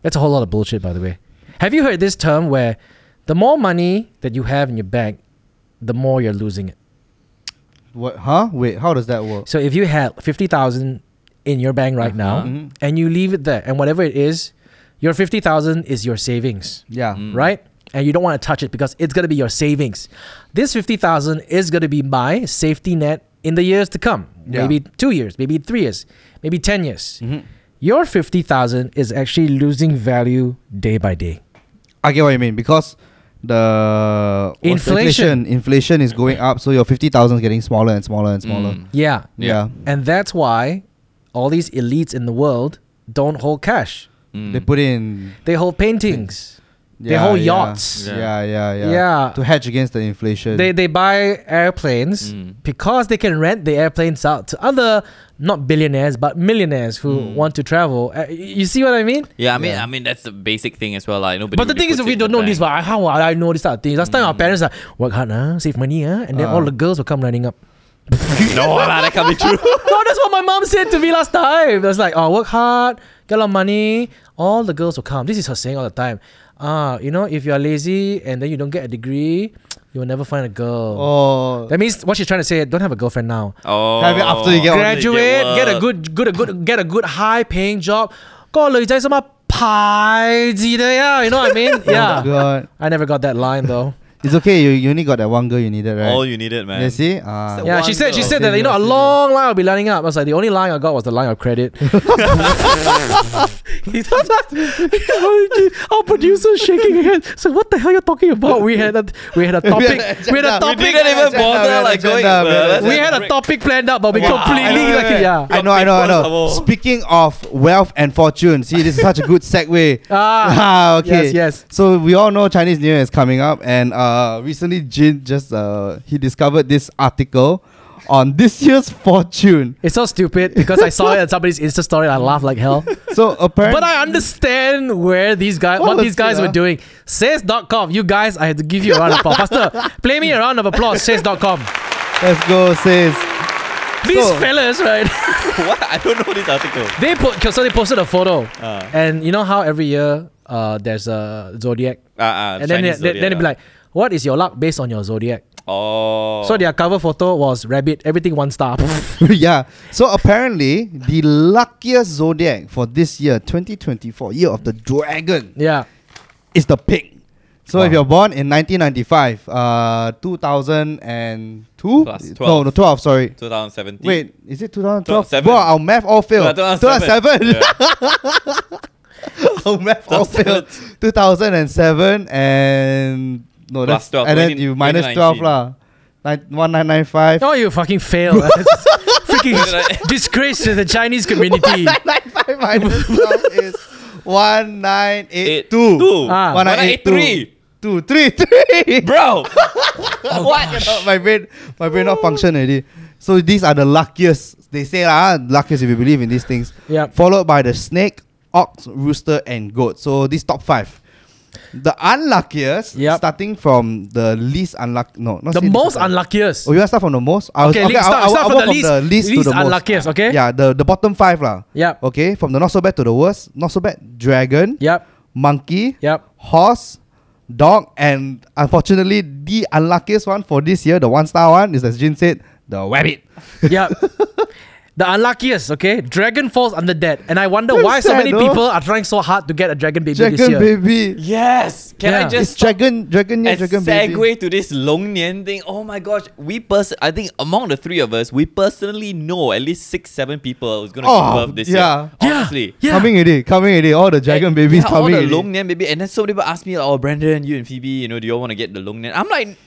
That's a whole lot of bullshit, by the way. Have you heard this term where the more money that you have in your bank, the more you're losing it.
What? Huh? Wait. How does that work?
So if you had fifty thousand in your bank right now
Mhm.
and you leave it there and whatever it is, your fifty thousand is your savings
Yeah.
Mm.
right? And you don't want to touch it because it's gonna be your savings. This fifty thousand is gonna be my safety net in the years to come.
Yeah.
Maybe two years, maybe three years, maybe ten years.
Mm-hmm.
Mhm.
Your fifty thousand is actually losing value day by day.
I get what you mean because the what's the
Inflation.
inflation inflation is going up, so your fifty thousand is getting smaller and smaller and smaller.
Mm.
Yeah.
Yeah.
And that's why all these elites in the world don't hold cash.
Mm.
They put in
They hold paintings.
yeah,
They hold
yeah.
yachts.
Yeah. yeah, yeah,
Yeah.
To hedge against the inflation.
They they buy airplanes
Mm.
because they can rent the airplanes out to other not billionaires but millionaires who
Mm.
want to travel. Uh, y- You see what I mean?
Yeah, I mean,
Yeah.
I mean that's the basic thing as well. Like nobody.
But the
really
thing is,
puts
we
it
don't
in
know
the
this.
bank.
But how will I know this type of thing? Last time our parents are work hard, ah, save money, ah, and then all
Ah.
the girls will come lining up.
no, lah, that can't be true.
no, that's what my mom said to me last time. It was like, oh, work hard, get a lot of money, all the girls will come. This is her saying all the time. Ah, you know, if you are lazy and then you don't get a degree, you will never find a girl.
oh,
That means what she's trying to say, don't have a girlfriend now.
Oh,
Have it after you get-
graduate, get, a
work.
good, good, a good, get a good high paying job. 个女仔什么牌子的呀？You know what I mean?
oh
Yeah.
God.
I never got that line though.
It's okay. You, you only got that one girl you needed, right?
All you needed, man.
You see? Ah.
So-
Yeah, she
One
said she
girl.
said that you know a long line will be lining up. I was like, the only line I got was the line of credit. He's just- Our producer shaking her head. So what the hell you talking about? We had a we had a topic. We had a
agenda.
topic.
We didn't even
agenda, we had
bother
an
like going.
Ah. agenda, man.
uh, let's
We
have
had a
break.
topic planned out, but we
Wow.
completely
Wait, wait,
like
wait.
yeah.
I know, I know, I
Some
know.
people-
Speaking of wealth and fortune, see, this is such a good segue.
Ah,
Ah, okay.
yes, yes.
So we all know Chinese New Year is coming up, and uh, recently Jin just uh, he discovered this article on this year's fortune.
It's so stupid because I saw it on somebody's Insta story and I laughed like hell.
So apparently,
But I understand where these guys,
What
what,
was
these guys
it,
were
ah?
doing. Says.com, you guys, I had to give you a round of applause. Faster, play me a round of applause. Says.com.
let's go, says.
These
So-
fellas, right?
what? I don't know this article.
They put so they posted a photo,
Uh,
and you know how every year uh, there's a zodiac,
uh, uh,
and then they,
Chinese
they, then
zodiac,
they be
uh.
like, "What is your luck based on your zodiac?"
oh,
So their cover photo was rabbit, everything one star.
yeah. So apparently, the luckiest zodiac for this year, 2024, year of the dragon,
yeah,
is the pig. So if
Wow.
you're born in 1995, uh, 2002,
Plus
no,
12.
no, 12, sorry.
2017.
Wait, is it
Twelve,
2012?
seven.
Well, our math all failed.
2007.
2007. our math all failed. 2007 and no,
Plus
that's
12,
and then
20
you minus 12
2019.
lah. Nine, 1995.
oh you fucking fail, freaking disgrace to the Chinese community.
1995 minus 12 is 1982.
Two.
Ah.
1983.
2, 3, 3.
Bro, Oh,
Cannot- my brain, my brain not function already. So these are the luckiest. They say lah, ah, luckiest if you believe in these things.
Yeah.
Followed by the snake, ox, rooster, and goat. So these top five. The unluckiest,
Yep.
starting from the least unlucky. No, not
The
say least
most
unluck-
unluckiest.
Oh, you want to start from the most? I
Okay, least- start- start from
walk
the least- least unluckiest, okay?
Yeah, the, the bottom five lah.
Yep.
Okay, from the not so bad to the worst. Not so bad, dragon,
Yep.
monkey,
Yep.
horse, dog, and unfortunately, the unluckiest one for this year, the one star one, is as Jin said, the rabbit.
Yep. The unluckiest, okay? Dragon falls under that. And I wonder
That's
why so
sad,
many
though.
people are trying so hard to get a dragon baby this
Dragon
year.
baby.
yes. Can
Yeah.
I just
It's dragon, dragon, yeah,
and
dragon
segue
baby.
to this Long Nian thing. Oh my gosh, we person. I think among the three of us, we personally know at least six, seven people who's gonna
Oh,
give birth this
yeah.
year. Honestly.
Yeah.
Coming already, coming already. All the dragon
And-
babies
yeah,
coming
all the
already.
Long Nian baby, and then so many people ask me, like, "Oh, Brandon, you and Phoebe, you know, do you all want to get the Long Nian?" I'm like,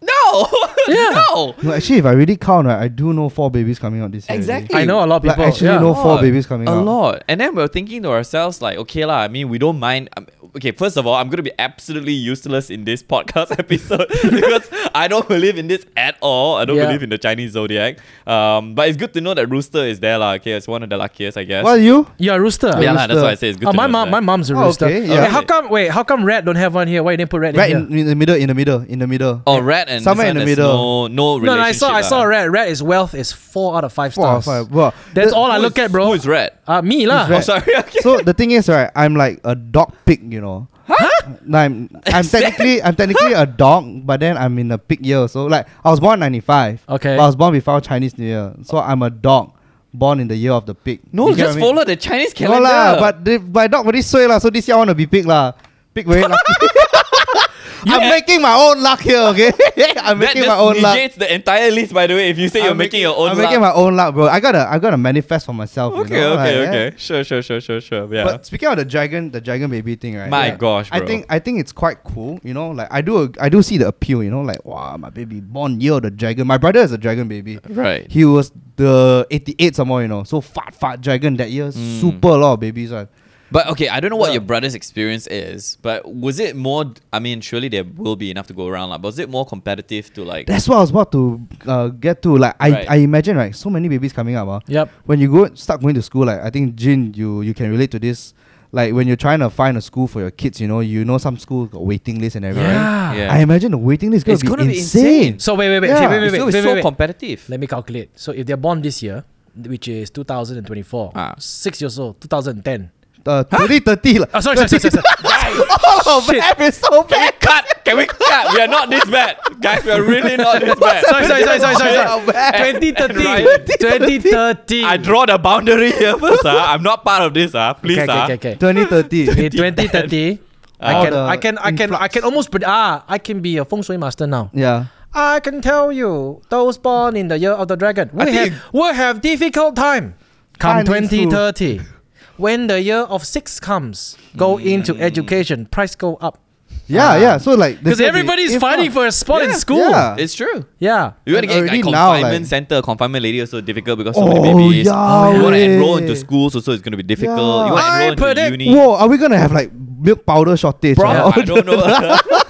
No.
Yeah.
no.
No, actually, if I really count, right, I do know four babies coming out this year. already.
Exactly.
I know a lot of
Like,
people.
actually
yeah.
know
A
four
lot.
babies coming
a
out.
lot. And then we're thinking to ourselves, like, okay, lah, I mean, we don't mind. um, Okay, first of all, I'm going to be absolutely useless in this podcast episode because I don't believe in this at all. I don't
Yeah.
believe in the Chinese zodiac. Um, but it's good to know that Rooster is there, lah. Okay, it's one of the luckiest, I guess.
What are you?
You're a rooster.
yeah, lah, that's
Rooster.
why I say it's good
Oh,
to
my
know
mom,
that.
my mom's a
Oh,
rooster.
okay,
Wait,
yeah.
how come? Wait, how come red don't have one here? Why you didn't put red
Right
in
in, in the middle, in the middle, in the middle.
Oh, red and
Somewhere
this
in the
one, there's
middle.
No, no
here? No, no, I saw, I
relationship, uh,
saw
lah.
red. Red is wealth. Is four out of five
Four out of
stars.
five. Wow.
That's
The-
all I
Who
look
is-
at, bro.
Who is red?
Uh, me lah.
Who's red?
Oh, sorry. Okay.
so the thing is, right, I'm like a dog pig, you know. Huh? I'm I'm technically I'm technically a dog, but then I'm in a pig year. So like I was born ninety five.
Okay.
But I was born before Chinese New Year. So I'm a dog born in the year of the pig.
No,
You get
just
what I mean?
follow the Chinese
No
calendar.
lah, but the, my dog very sway lah. So this year I want to be pig lah. Pig very lucky. I'm
Yeah.
making my own luck here, okay? I'm
that
making
just
my own luck.
negates the entire list, by the way. If you say you're
I'm
making your own
I'm
luck.
making my own luck, bro. I gotta, I gotta manifest for myself. you
Okay,
know, like,
okay,
yeah.
okay. Sure, sure, sure, sure, sure. Yeah.
But speaking of the dragon, the dragon baby thing, right?
My gosh,
I
bro.
think I think it's quite cool. You know, like I do, ag- I do see the appeal. You know, like wow, my baby born year of the dragon. My brother is a dragon baby.
right.
He was the 88 somehow, you know. So fat, fat dragon that year.
Mm.
Super lot of babies, right?
But okay, I don't know what
Yeah.
your brother's experience is, but was it more? I mean, surely there will be enough to go around, like, but was it more competitive to like?
That's what I was about to uh, get to. Like I,
Right.
I imagine like so many babies coming up. Uh,
Yep.
When you go start going to school, like I think Jin, you you can relate to this. Like when you're trying to find a school for your kids, you know, you know some schools got waiting list and everything.
Yeah.
Yeah.
I imagine the waiting list is
It's
gonna,
gonna
be,
be
insane.
insane.
So wait, wait, wait,
Yeah.
wait, wait,
It's
wait,
gonna
wait,
be so
wait, wait.
competitive.
Let me calculate. So if they're born this year, which is 2024,
Ah.
six years old, 2010.
Uh, 2030
Oh, sorry, sorry, sorry, sorry. sorry.
Oh,
Shit.
man, it's so bad.
cut! Can we cut? We are not this bad, guys. We are really not this bad.
sorry, sorry, sorry, sorry, sorry,
Oh, man.
sorry. 2013.
Right.
2013.
I draw the boundary here first. ah. I'm not part of this. Ah, please.
Okay,
ah.
okay, okay. okay.
2030.
In 2030,
All
I can,
the
I can, I can, I can
influx.
almost pred- ah, I can be a feng shui master now.
yeah.
I can tell you, those born in the year of the dragon
I
will
think
have, will have difficult time come
Time is
2030. When the year of six comes, go
Hmm.
into education, price go up.
Yeah, yeah. So like
Because Ah. everybody's fighting for a spot in
Yeah.
school.
Yeah.
It's true.
Yeah.
You
And
want to get like
already
confinement
now, like-
center, confinement lady also difficult because so
Oh,
many babies.
yeah,
You want to
way.
enroll into schools also it's gonna be difficult.
Yeah.
You want to
I
enroll into
predict-
uni.
Whoa, are we gonna have like milk powder shortage?
Bro,
right?
I don't know.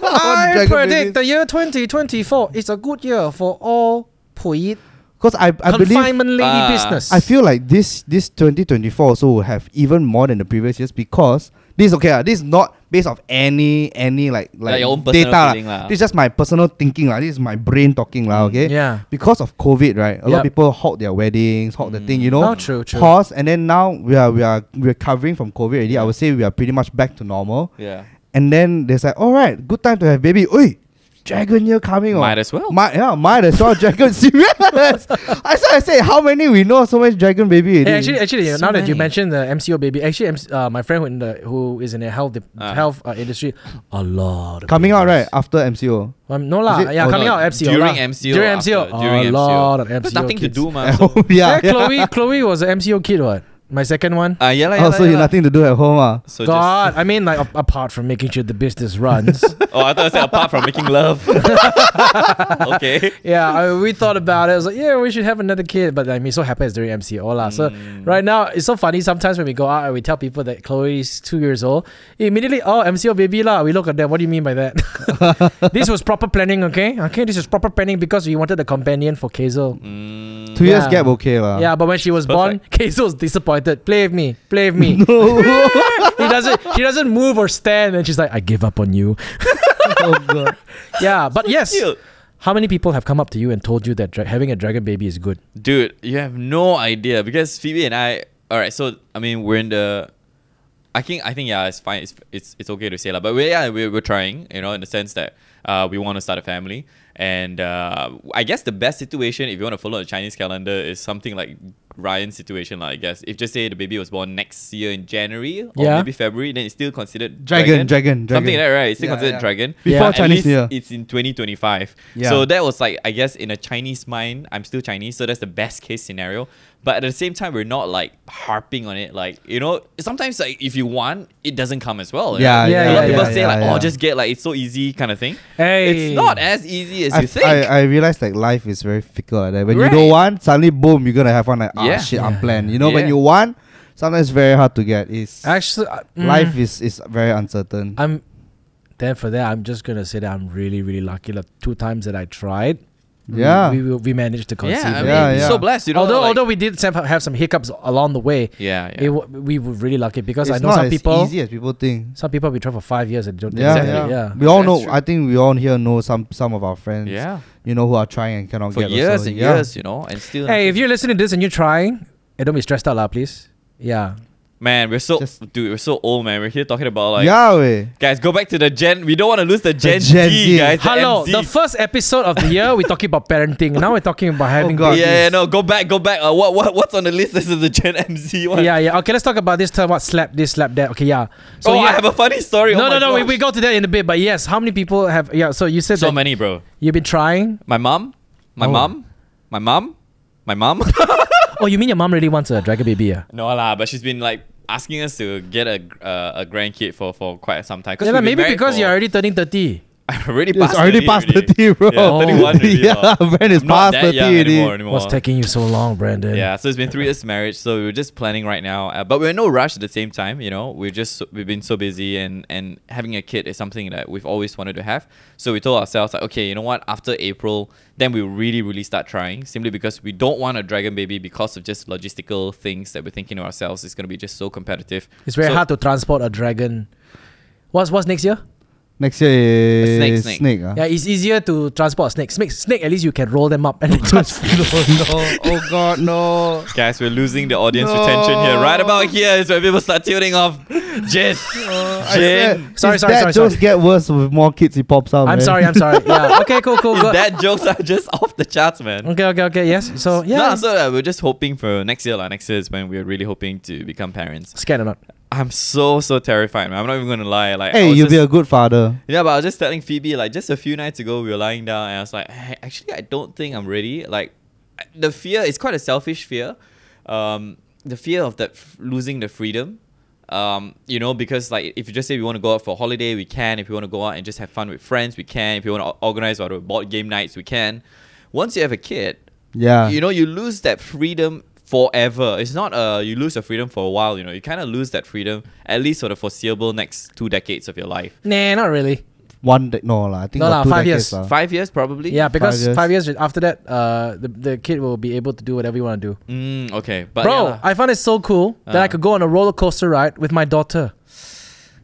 I
dragon
predict
babies.
the year 2024 is a good year for all Puyi
Because I, I believe
confinement lady
Ah.
business.
I feel like this this 2024 also will have even more than the previous years because this okay ah, this is not based off any any like like,
Like your own personal
data lah.
feeling lah.
This is just my personal thinking lah. This is my brain talking lah. Okay.
Mm, yeah.
Because of COVID, right? A lot
Yep.
of people halt their weddings, halt the
Mm.
thing. You know.
No, true, true.
Pause, and then now we are we are recovering from COVID already. I would say we are pretty much back to normal.
yeah.
And then they say, all right, good time to have baby. Oi, dragon year coming. oh."
Might as well.
Might, yeah, might as well. dragon serious. I said, I say, how many we know so much dragon baby?
Hey,
already?
actually, actually,
So
now that you
many.
mentioned the MCO baby, actually, MC- uh, my friend who, in the, who is in the health
Ah.
health uh, industry, a lot of
coming out
babies.
right after MCO.
Um, no lah,
Is it-
yeah,
Oh,
coming
no,
out MCO
during
lah.
MCO
during
after-
MCO,
during
a
MCO.
lot of MCO.
There's nothing
kids.
to do, man. So.
Oh, yeah.
Yeah, Chloe, Chloe was an MCO kid. What? My second one.
Uh, yeah, lah, yeah,
Oh,
lah,
so
yeah,
you
lah.
nothing to do at home, ah?
So
God, I mean, like a- apart from making sure the business runs.
just oh, I thought I said apart from making love. okay.
yeah, I, we thought about it. I was like, yeah, we should have another kid. But I mean, so happens during MCO lah. So
Mm.
right now, it's so funny. Sometimes when we go out and we tell people that Chloe's two years old, immediately, oh, MCO baby lah. We look at them. What do you mean by that? this was proper planning, okay? Okay, this is proper planning because we wanted a companion for Keizo.
Mm,
Two years
Yeah.
gap, okay ah. lah.
Yeah, but when she was born,
Perfect.
Keizo was disappointed. Play with me. Play with me.
oh,
he doesn't. She doesn't move or stand, and she's like, "I give up on you."
Oh, God.
Yeah, but yes.
cute.
How many people have come up to you and told you that dra- having a dragon baby is good?
Dude, you have no idea because Phoebe and I. All right, so I mean, we're in the. I think I think yeah, it's fine. It's it's, it's okay to say that, but we yeah, we're, we're trying. You know, in the sense that uh, we want to start a family, and uh, I guess the best situation if you want to follow the Chinese calendar is something like Ryan's situation. Like I guess if just say the baby was born next year in January or
Yeah.
maybe February, then it's still considered
Dragon, dragon, dragon.
something like that, right? It's still
Yeah,
considered
yeah.
dragon.
Before
But at
Chinese
least
Year.
it's in 2025.
Yeah.
So that was like, I guess, in a Chinese mind, I'm still Chinese, so that's the best case scenario. But at the same time, we're not like harping on it. Like you know, sometimes like if you want, it doesn't come as well. you
Yeah,
know?
yeah,
A lot of
yeah,
people
yeah,
say like,
yeah,
"Oh,
yeah.
just get like it's so easy," kind of thing.
Hey.
It's not as easy as
I,
you think.
I, I realized like life is very fickle like that. When you
Right.
don't want, suddenly boom, you're gonna have one like ah
Yeah.
shit,
Yeah.
unplanned. You know, when
Yeah.
you want, sometimes it's very hard to get. It's
Actually, I- mm,
life is is very uncertain.
I'm then for that. I'm just gonna say that I'm really, really lucky. Like two times that I tried, we-
Yeah.
we, we, we managed to conceive.
yeah, I
a
mean,
baby.
Yeah,
you're
yeah.
so blessed. You know,
although,
like-
although we did sem- have some hiccups along the way,
yeah,
it
yeah.
w- we were really lucky because I
It's
know
not
some
as
people.
easy as people think.
Some people we try for five years and don't.
Yeah,
exactly,
yeah.
yeah.
We all
That's
know.
true.
I think we all here know some some of our friends.
yeah.
You know who are trying and cannot
For
get
years
also.
and
Yeah.
years, you know, and still.
Hey, if you're listening to this and you're trying, eh, don't be stressed out, lah, please. Yeah.
man, we're so
Just-
dude, we're so old, man. We're here talking about like
yeah, way.
Guys, go back to the Gen. We don't want to lose the Gen,
Gen
Z,
Z.
guys.
Hello,
the
the
MZ.
first episode of the year, we're talking about parenting. Now we're talking about having
God.
yeah,
babies.
yeah, no, go back, go back. Uh, what, what, what's on the list? This is the Gen MZ one.
Yeah, yeah. Okay, let's talk about this term. What slap this, slap that. Okay, yeah.
oh,
yeah.
I have a funny story.
no, no,
oh my
no. We,
gosh.
we go to that in a bit. But yes, how many people have? Yeah. So you said
So
that
many, bro.
you've been trying.
My mom, my
Oh.
mom, my mom, my mom.
Oh, you mean your mom really wants a dragon baby? Yeah.
no lah, but she's been like asking us to get a uh, a grandkid for for quite some time. 'Cause
Yeah, but
we've been
maybe
married
because
for-
you're already turning thirty.
I'm already
It's
past.
already
30
past
already.
30, bro.
Yeah, 31 already,
Yeah,
bro.
man, it's
I'm not
past
that
30
young
already.
anymore, anymore.
What's taking you so long, Brandon?
Yeah, so it's been three years marriage. So we were just planning right now, uh, but we're in no rush at the same time. You know, we're just we've been so busy, and and having a kid is something that we've always wanted to have. So we told ourselves like, okay, you know what? After April, then we really really start trying. Simply because we don't want a dragon baby because of just logistical things that we're thinking to ourselves. It's gonna be just so competitive.
It's very
So-
hard to transport a dragon. What's what's next year?
Next year is
snake, snake.
ah.
Yeah, it's easier to transport snakes. Snake, snake. At least you can roll them up and then transfer.
oh, oh God, no.
Guys, we're losing the audience retention here. Right about here is where people start tuning off. Jen,
Oh,
I
Jen,
said,
Sorry,
his
sorry,
dad
sorry,
jokes
sorry.
get worse with more kids. He pops out.
I'm
man.
sorry. I'm sorry. Yeah. Okay. Cool. Cool.
his
Good.
dad jokes are just off the charts, man.
Okay. Okay. Okay. Yes. So yeah.
Nah, so uh, we're just hoping for next year. Like next year is when we're really hoping to become parents.
Scared or not?
I'm so so terrified, man. I'm not even gonna lie. Like, I
Hey,
was
you'll be a
just-
good father.
yeah, but I was just telling Phoebe like just a few nights ago we were lying down and I was like, hey, actually I don't think I'm ready. Like, I- the fear is quite a selfish fear. Um, the fear of that f- losing the freedom. Um, you know, because like if you just say we want to go out for a holiday, we can. If you want to go out and just have fun with friends, we can. If you want to organize our board game nights, we can. Once you have a kid,
Yeah.
you know you lose that freedom forever it's not uh you lose your freedom for a while you know you kind of lose that freedom at least for the foreseeable next two decades of your life
Nah, not really.
One day, no lah. I think
No
got
lah,
two
five years.
decades lah.
five years probably
Yeah, because
years.
five years, after that, uh, the, the kid will be able to do whatever you want to do.
mm, okay but
Bro,
yeah lah.
I found it so cool that I
Ah.
could go on a roller coaster ride with my daughter.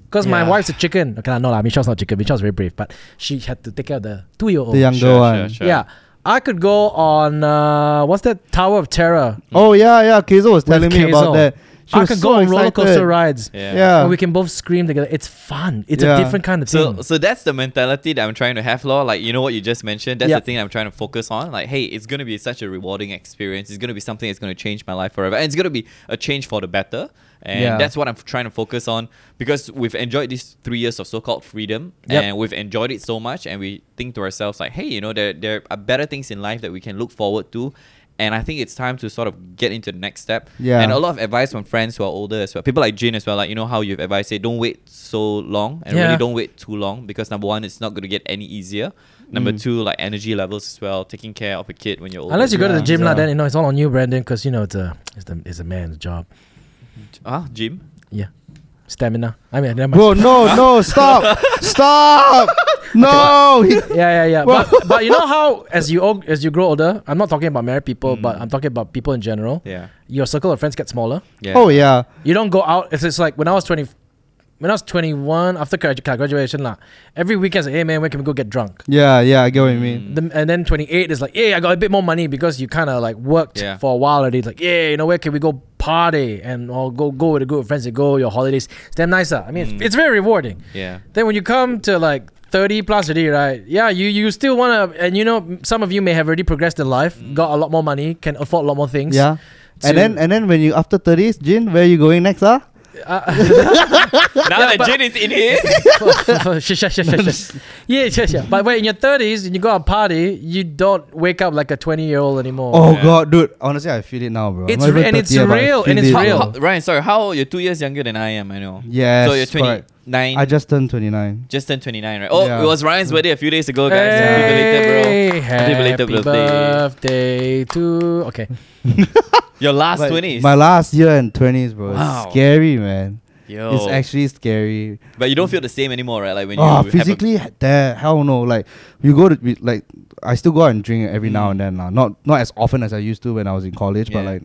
Because my
Yeah.
wife's a chicken. Okay, lah, no, lah, Michelle's not chicken. Michelle's very brave, but she had to take care of the two year old.
The younger
Sure,
one.
sure, sure.
Yeah. I could go on, uh, what's that? Tower of Terror.
Oh yeah, yeah. Keizo was
With
telling me
Keizo.
about that. She
I
was
could
so
go on roller
excited.
coaster rides.
yeah
Yeah.
And we can both scream together. It's fun. It's
Yeah.
a different kind of
so
thing.
so that's the mentality that i'm trying to have law like you know what you just mentioned that's
Yeah.
the thing i'm trying to focus on like hey it's going to be such a rewarding experience it's going to be something that's going to change my life forever and it's going to be a change for the better and
Yeah.
that's what i'm trying to focus on because we've enjoyed these three years of so-called freedom
Yep.
and we've enjoyed it so much and we think to ourselves like hey you know there, there are better things in life that we can look forward to and I think it's time to sort of get into the next step.
Yeah.
And a lot of advice from friends who are older as well. People like Jin as well, like you know how you've advised say don't wait so long and
Yeah.
really don't wait too long because number one, it's not going to get any easier. Number two, like energy levels as well, taking care of a kid when you're older.
Mm. Unless you go to the
Yeah,
gym, lah,
yeah.
then you know it's all on you, Brandon, because you know it's a, it's, the, it's a man's job.
ah gym.
Yeah. Stamina. I mean, never mind.
Bro, no, no, stop, stop. No, he-
Yeah, yeah, yeah.
Well-
But, but you know how as you og- as you grow older, I'm not talking about married people, but I'm talking about people in general.
Mm. Yeah.
Your circle of friends get smaller.
Yeah.
oh yeah,
You don't go out. It's, it's like when I was 20, when I was 21 after gradu- graduation lah. Every weekend, like, hey man, where can we go get drunk?
yeah, yeah. I get what you mean.
The, and then 28 is like, yeah, I got a bit more money because you kind of like worked
Yeah.
for a while already. It's like, yeah, you know, where can we go party and or go go with a group of friends to go your holidays? It's damn nice. lah. I mean, it's, it's very rewarding.
Yeah.
Then when you come to like 30 plus already, right? Yeah, you you still wanna, and you know, m- some of you may have already progressed in life, got a lot more money, can afford a lot more things.
Yeah.
to-
And then and then when you after 30s, Jin, where you going next? Ah,
Uh,
now that Jin is in his.
Shush, shush, shush, shush. yeah, shush, yeah. But when in your thirties and you go out party, you don't wake up like a twenty year old anymore.
Oh
Yeah.
god, dude. Honestly, I feel it now, bro. I'm
It's
not even
re- and it's
30 yet, but I
real,
feel
and it's
it, bro.
real.
How- Ryan, sorry, how old? You're two years younger than I am, I know.
Yes.
so you're
correct.
29.
I just turned 29.
just turned 29, right? Oh,
Yeah.
it was Ryan's birthday a few days ago, guys. Happy belated,
Hey,
bro.
happy
belated
birthday
birthday.
to okay.
Your last
But
20s.
My last year in 20s, bro.
Wow.
It's scary, man.
Yo.
Oh.
It's actually scary.
but you don't feel the same anymore, right? Like when you
oh,
have a-
physically, there, hell no. Like you go to we- like, I still go out and drink every now and then. lah. Not not as often as I used to when I was in college, but
Mm. Yeah.
like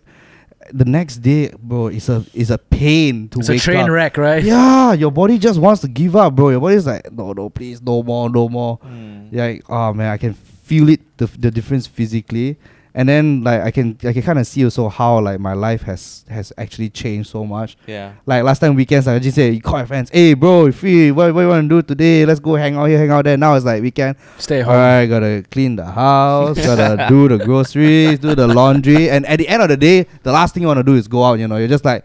the next day, bro, it's a it's a pain to
It's a
wake
train
up.
wreck, right?
Yeah, your body just wants to give up, bro. Your body's like, no, no, please, no more, no more.
Mm.
Yeah, Like, oh man, I can feel it, the, the difference physically, and then like I can I can kind of see also how like my life has has actually changed so much.
Yeah.
Like last time weekends, I just say you call your friends, hey bro, you free, what what you want to do today? Let's go hang out here, hang out there. Now it's like weekend.
Stay
All
home.
right, gotta clean the house, gotta do the groceries, do the laundry, and at the end of the day, the last thing you wanna do is go out. You know, you're just like,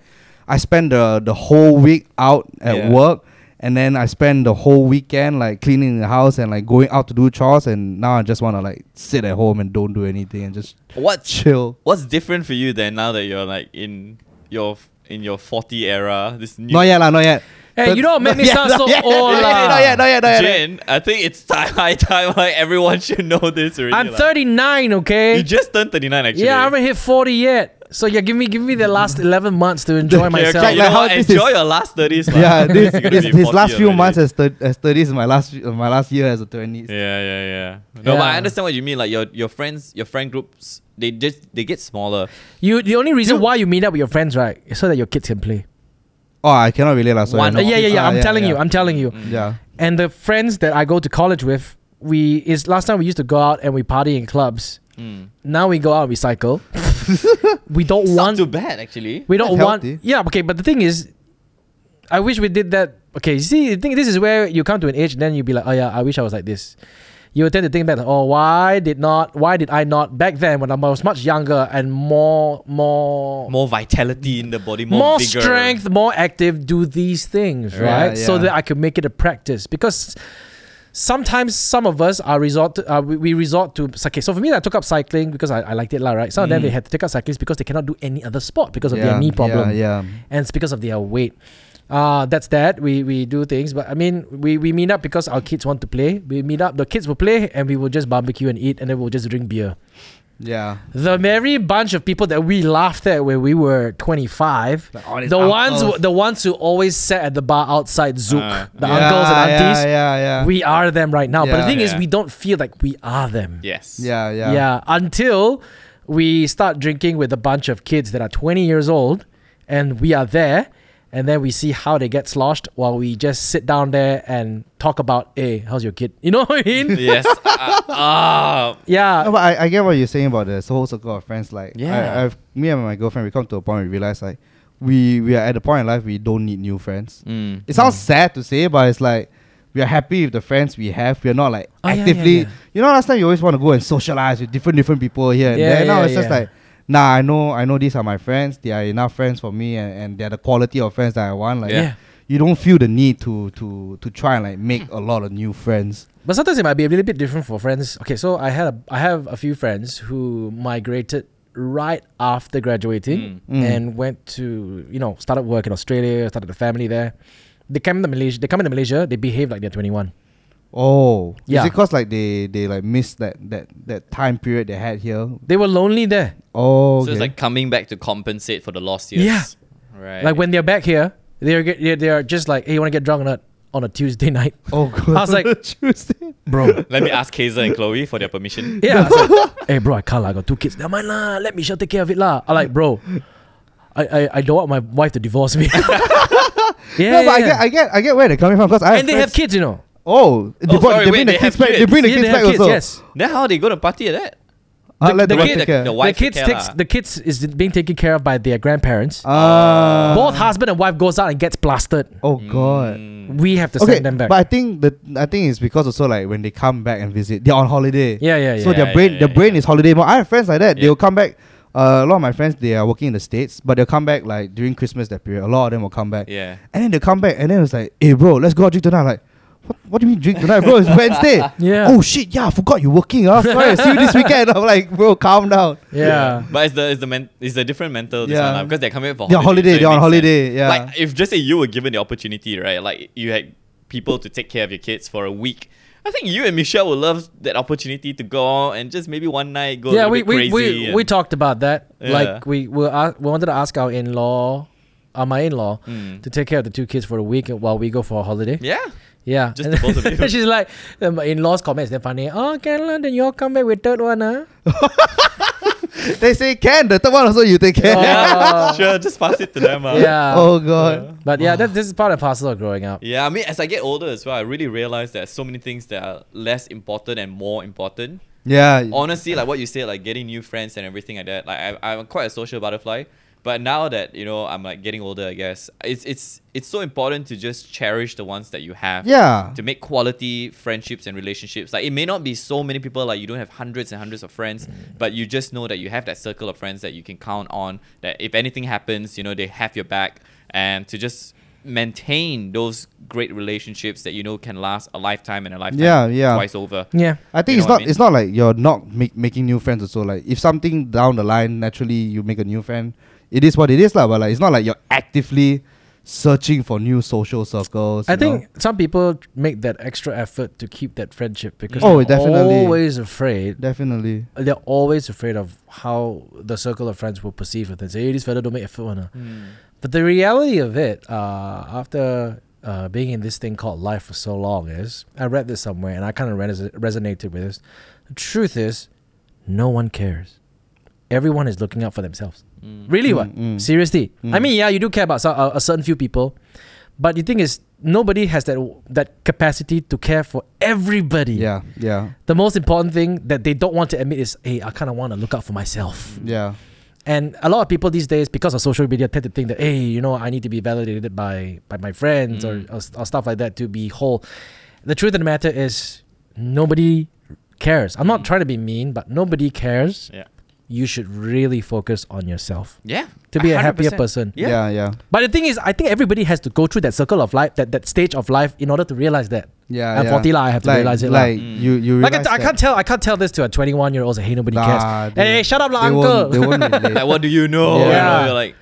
I spend the the whole week out at
Yeah.
work, and then I spend the whole weekend like cleaning the house and like going out to do chores, and now I just wanna like sit at home and don't do anything and just
What's,
chill.
what's different for you then now that you're like in your in your 40 era? This new
Not yet, lah, not yet.
Hey,
But-
you don't make me
not yet,
sound
not
so
yet,
old
Not yet,
lah.
not yet, not yet, not yet.
Jin, I think it's time, high time. Like everyone should know this already.
I'm
lah.
39, okay?
You just turned 39, actually.
yeah, I haven't hit 40 yet. So yeah, give me give me the last 11 months to enjoy
Okay,
myself.
okay, you
Like
know
how
what?
this
Enjoy
is-
your last 30s. lah.
Yeah, this,
You're gonna
this,
be
this
40
last few
already.
months as, thir- as 30s is my last uh, my last year as a 20s.
Yeah, yeah, yeah. No, but I
Yeah.
understand what you mean. Like your your friends, your friend groups, they just they get smaller.
You the only reason
You-
why you meet up with your friends, right, is so that your kids can play.
Oh, I cannot relate lah. sorry.
One
Uh,
No.
yeah, yeah, yeah.
Ah,
I'm telling
yeah.
you. I'm telling you.
Mm.
yeah.
And the friends that I go to college with, we is last time we used to go out and we party in clubs.
Mm.
Now we go out, we cycle. we don't
It's not
want
too bad actually.
We don't
That's
want.
healthy.
Yeah, okay, but the thing is, I wish we did that. Okay, you see, the thing this is where you come to an age, and then you be like, oh yeah, I wish I was like this. You will tend to think back, oh, why did not, why did I not back then when I was much younger and more, more,
More vitality in the body, more,
more,
vigor.
strength, more active, do these things,
Yeah,
right? So
yeah.
that I could make it a practice because sometimes some of us are resort to, uh, we, we resort to okay so for me i took up cycling because i, I liked it lah, right some of them they
Mm.
had to take up cycling because they cannot do any other sport because of their
Yeah,
knee problem
Yeah, yeah.
and it's because of their weight. Uh, that's that. We we do things, but I mean, we, we meet up because our kids want to play. We meet up, the kids will play, and we will just barbecue and eat, and then we'll just drink beer.
Yeah.
The merry bunch of people that we laughed at when we were 25,
Like all these
the ones who,
uncles. Uh,
the ones who always sat at the bar outside Zook,
Ah.
the
Yeah,
uncles and aunties,
Yeah, yeah, yeah.
we are them right now. But the
Yeah.
thing is,
Yeah.
we don't feel like we are them.
Yes.
yeah, yeah.
Yeah. until we start drinking with a bunch of kids that are 20 years old and we are there and then we see how they get sloshed while we just sit down there and talk about, hey, how's your kid? You know what I mean?
Yes. Ah. ah.
No,
yeah.
but I, I get what you're saying about this whole circle of friends. Like,
Yeah.
I, I've, me and my girlfriend, we come to a point where we realize, like, we, we are at a point in life we don't need new friends.
Mm.
It sounds sad to say, but it's like, we are happy with the friends we have. We are not like
Oh, yeah, yeah,
actively.
yeah.
You know, last time you always want to go and socialize with different different people here and
Yeah,
there. Now
yeah,
it's just
yeah.
like, nah, I know, I know these are my friends. They are enough friends for me, and, and they're the quality of friends that I want. Like,
Yeah.
you don't feel the need to to to try and like make a lot of new friends.
But sometimes it might be a little bit different for friends. Okay, so I had a, I have a few friends who migrated right after graduating
Mm. Mm.
and went to you know started work in Australia, started a family there. They come to Malaysia. They come into Malaysia. They behave like they're 21.
Oh,
Yeah.
Is it because like they they like missed that that that time period they had here?
They were lonely there.
Oh,
So
okay.
it's like coming back to compensate for the lost years.
Yeah.
Right.
Like when they're back here, they're get- they're, they're just like, hey, you want to get drunk or not on a Tuesday night,
oh, God.
I was like-
Tuesday.
bro?
Let me ask Kaiser and Chloe for their permission.
yeah. I was like, hey, bro, I can't. lah, I got two kids. Never mind lah. Let Michelle take care of it lah. I like, bro, I, I I don't want my wife to divorce me. yeah,
no, but I
yeah,
get,
yeah.
I get, I get where they're coming from because I
and they have
friends-
kids, you know.
Oh, they,
Oh,
brought,
sorry,
they
wait,
bring
they
the kids
have
back. They bring the
Yeah,
kids
they
back
have kids,
also.
yes.
Then how they going to party at that?
Uh,
The-
let
the
them
kid-
take care.
the
The
Wife
kids
care
takes
lah.
the kids is being taken care of by their grandparents.
Ah.
Both husband and wife goes out and gets blasted.
Oh God.
Mm.
We have to
Okay,
send them back.
but I think the I think it's because also like when they come back and visit, they're on holiday.
yeah, yeah, yeah.
So
Yeah,
their brain,
yeah,
their
yeah,
brain
yeah.
is holiday mode. I have friends like that.
Yeah.
They'll come back. Uh, a lot of my friends they are working in the states, but they'll come back like during Christmas that period. A lot of them will come back,
Yeah.
and then they come back, and then it's like, hey bro, let's go out drink tonight. I'm like, what? What do you mean drink tonight, bro? It's Wednesday.
Yeah.
Oh shit, yeah, I forgot you're working. Huh? Sorry, I'll see you this weekend. I'm like, bro, calm down.
Yeah.
But it's the it's the men, it's a different mental this
Yeah.
one lah, because they're coming for
They're on
holiday.
holiday. They're on
so it makes
holiday.
sense.
Yeah.
Like if just say you were given the opportunity, right? Like you had people to take care of your kids for a week. I think you and Michelle would love that opportunity to go out and just maybe one night go.
yeah,
a
we,
little bit
we,
crazy
we,
and-
we talked about that.
Yeah.
Like we we, a we wanted to ask our in law, uh, my in law,
Mm.
to take care of the two kids for a week while we go for a holiday.
Yeah.
Yeah,
Just the both of you.
she's like, then my in laws comment is damn funny. Oh, Caroline, then you all come back with third one, huh?
They say can. The third one also you take care.
Oh.
sure, just pass it to them. ah.
yeah.
oh god.
But yeah, that, this is part and parcel of growing up.
Yeah, I mean, as I get older as well, I really realize there's so many things that are less important and more important.
Yeah.
honestly, like what you said, like getting new friends and everything like that. Like I, I'm quite a social butterfly, but now that you know I'm like getting older, I guess it's it's it's so important to just cherish the ones that you have.
Yeah.
To make quality friendships and relationships, like it may not be so many people, like you don't have hundreds and hundreds of friends, but you just know that you have that circle of friends that you can count on. That if anything happens, you know they have your back, and to just maintain those great relationships that you know can last a lifetime and a lifetime
Yeah, yeah.
twice over.
Yeah.
I think
You
it's
know what
not
I mean?
it's not like you're not make, making new friends also like if something down the line naturally you make a new friend it is what it is lah but like it's not like you're actively searching for new social circles
I
you know?
think some people make that extra effort to keep that friendship because
Oh,
they're
definitely.
always afraid
definitely
they're always afraid of how the circle of friends will perceive it. They say, hey, this fella don't make effort. one, ah." But the reality of it, uh, after uh, being in this thing called life for so long, is I read this somewhere and I kind of res- resonated with this. The truth is, no one cares. Everyone is looking out for themselves. Really, what?
Mm, mm.
Seriously. I
Mm.
mean, yeah, you do care about so- uh, a, a certain few people, but the thing is, nobody has that that capacity to care for everybody
yeah yeah
the most important thing that they don't want to admit is, hey, I kind of want to look out for myself.
yeah
And a lot of people these days, because of social media, tend to think that, hey, you know, I need to be validated by by my friends
Mm.
or- or, or stuff like that to be whole. The truth of the matter is, nobody cares. I'm
Mm.
not trying to be mean, but nobody cares.
Yeah.
You should really focus on yourself
Yeah.
to be a happier
100%.
person.
Yeah.
yeah yeah
But the thing is, I think everybody has to go through that circle of life, that, that stage of life, in order to realize that.
yeah
I'm
yeah.
40 lah, I have to
like,
realize it lah.
like
Mm.
you you
Like I,
realize
I can't tell, I can't tell this to a 21 year old. Hey, nobody cares. Hey, shut up, lah,
they
uncle.
won't, they won't relate.
like what do you know?
Yeah.
You know, you're like,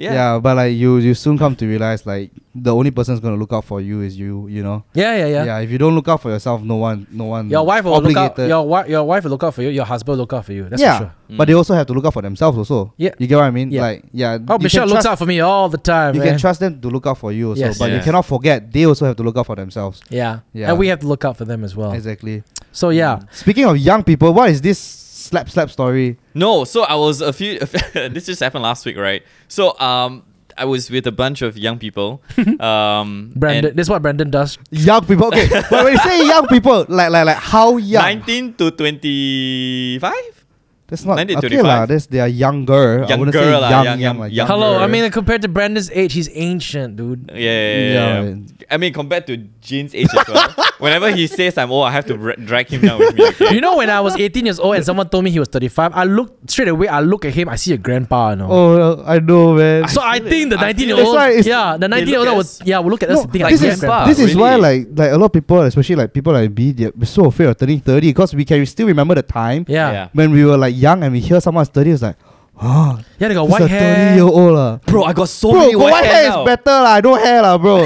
yeah.
yeah. but like you you soon come to realize like the only person's gonna look out for you is you you know
Yeah, yeah, yeah.
yeah if you don't look out for yourself no one no one
Your wife will look out.
Mm. obligated-
Your wife, your wife will look out for you. Your husband will look out for you. That's
yeah,
for sure.
but they also have to look out for themselves also.
Yeah.
you get what I mean.
Yeah.
Like yeah.
Oh, Michelle looks out
trust,
for me all the time.
You
man.
can trust them to look out for you also,
Yes.
but you
Yeah.
cannot forget they also have to look out for themselves.
Yeah.
Yeah.
and we have to look out for them as well.
Exactly.
So yeah,
Speaking of young people, what is this slap slap story?
No, so I was a few. this just happened last week, right? So um, I was with a bunch of young people. Um,
Brandon.
and
This is what Brandon does.
Young people. Okay, but when you say young people, like like like how young?
Nineteen to twenty-five.
That's not
19,
okay
25.
lah. That's they are younger. I wouldn't say
Younger lah,
young,
young,
young,
young,
like
young.
Hello. I
Younger.
mean, compared to Brandon's age, he's ancient, dude.
Yeah, yeah, yeah,
Yeah,
yeah.
man.
I mean, compared to Jin's age as well. Whenever he says I'm old, I have to dra- drag him down with me. Okay?
You know, when I was 18 years old and someone told me he was 35, I looked straight away. I look at him. I see a grandpa. You know.
Oh, I know, man.
So I,
feel it.
think the
I
19 year
feel it.
old,
That's why it's-
yeah, the 19 year
look
old
at
was,
us
yeah, will look at us
No,
and think
like
like,
this
yeah,
is
grandpa.
this is why
really.
like like a lot of people, especially like people like me, they're so afraid of turning thirty because we can still remember the time
yeah.
Yeah.
yeah,
when we were like young and we hear someone's 30, it's like, oh,
they got
this
white
a 30
hair.
year old. lah.
Bro, I got so
Bro,
many
got
white,
white hair
now.
is better. lah. I don't hair, lah, bro.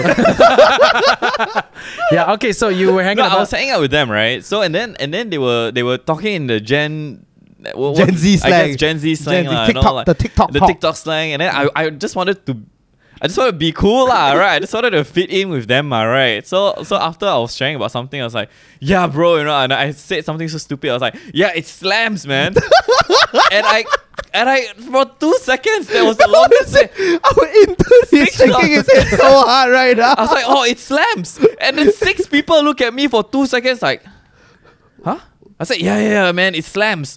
Yeah, okay, so you were hanging
No,
out.
I was hanging out with them, right? So and then and then they were they were talking in the Gen what- what-
Gen Z
I
slang.
guess Gen Z slang,
Gen Z,
lah, and all,
TikTok,
like,
the TikTok
the
talk.
TikTok slang. And then I, I just wanted to, I just wanted to be cool, lah, right? I just wanted to fit in with them, all right? So so after I was sharing about something, I was like, yeah, bro, you know, and I said something so stupid. I was like, yeah, it slams, man. and I and I for two seconds that was the longest. se-
Our intern is
Six
shaking his head so hard right now.
I was like, oh, it slams. And then six people look at me for two seconds, like, huh? I said, yeah, yeah, yeah, man, it slams.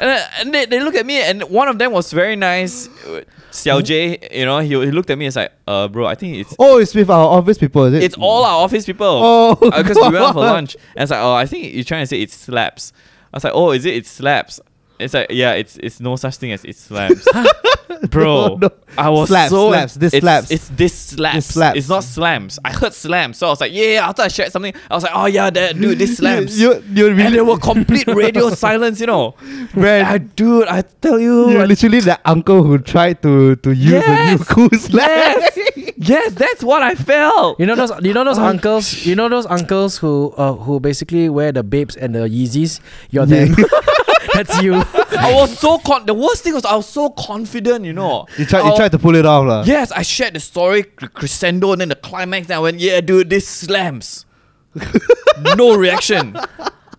And, I- and they, they look at me, and one of them was very nice. uh, Xiao J, you know, he, he looked at me and was like, uh, bro, I think it's
oh, it's with our office people, is it?
it's all our office people.
Oh,
because we went out for
God.
lunch. And it's like, oh, I think you're trying to say it slaps. I was like, oh, is it? It slaps. It's like yeah, it's it's no such thing as it slaps, bro.
No, no.
I was
Slaps,
so
slaps, this
it's,
slaps.
It's this slaps.
This slaps.
It's not slams. I heard slams, so I was like, yeah, yeah. After I shared something, I was like, oh yeah, that, dude, this slams.
You, you, you
and
really,
there were complete radio silence, you know.
Man.
I, dude, I tell you,
you're
I-
literally the uncle who tried to, to use a new
Yes.
cool slap.
yes, yes, that's what I felt.
You know those you know those
Oh,
uncles you know those uncles who uh, who basically wear the babes and the Yeezys? You're them. That's
Oh,
you.
I was so con. The worst thing was I was so confident, you know.
You tried,
I-
you tried to pull it off, lah.
Oh. Yes, I shared the story, cre- crescendo, and then the climax. Then I went, yeah, dude, this slams. no reaction.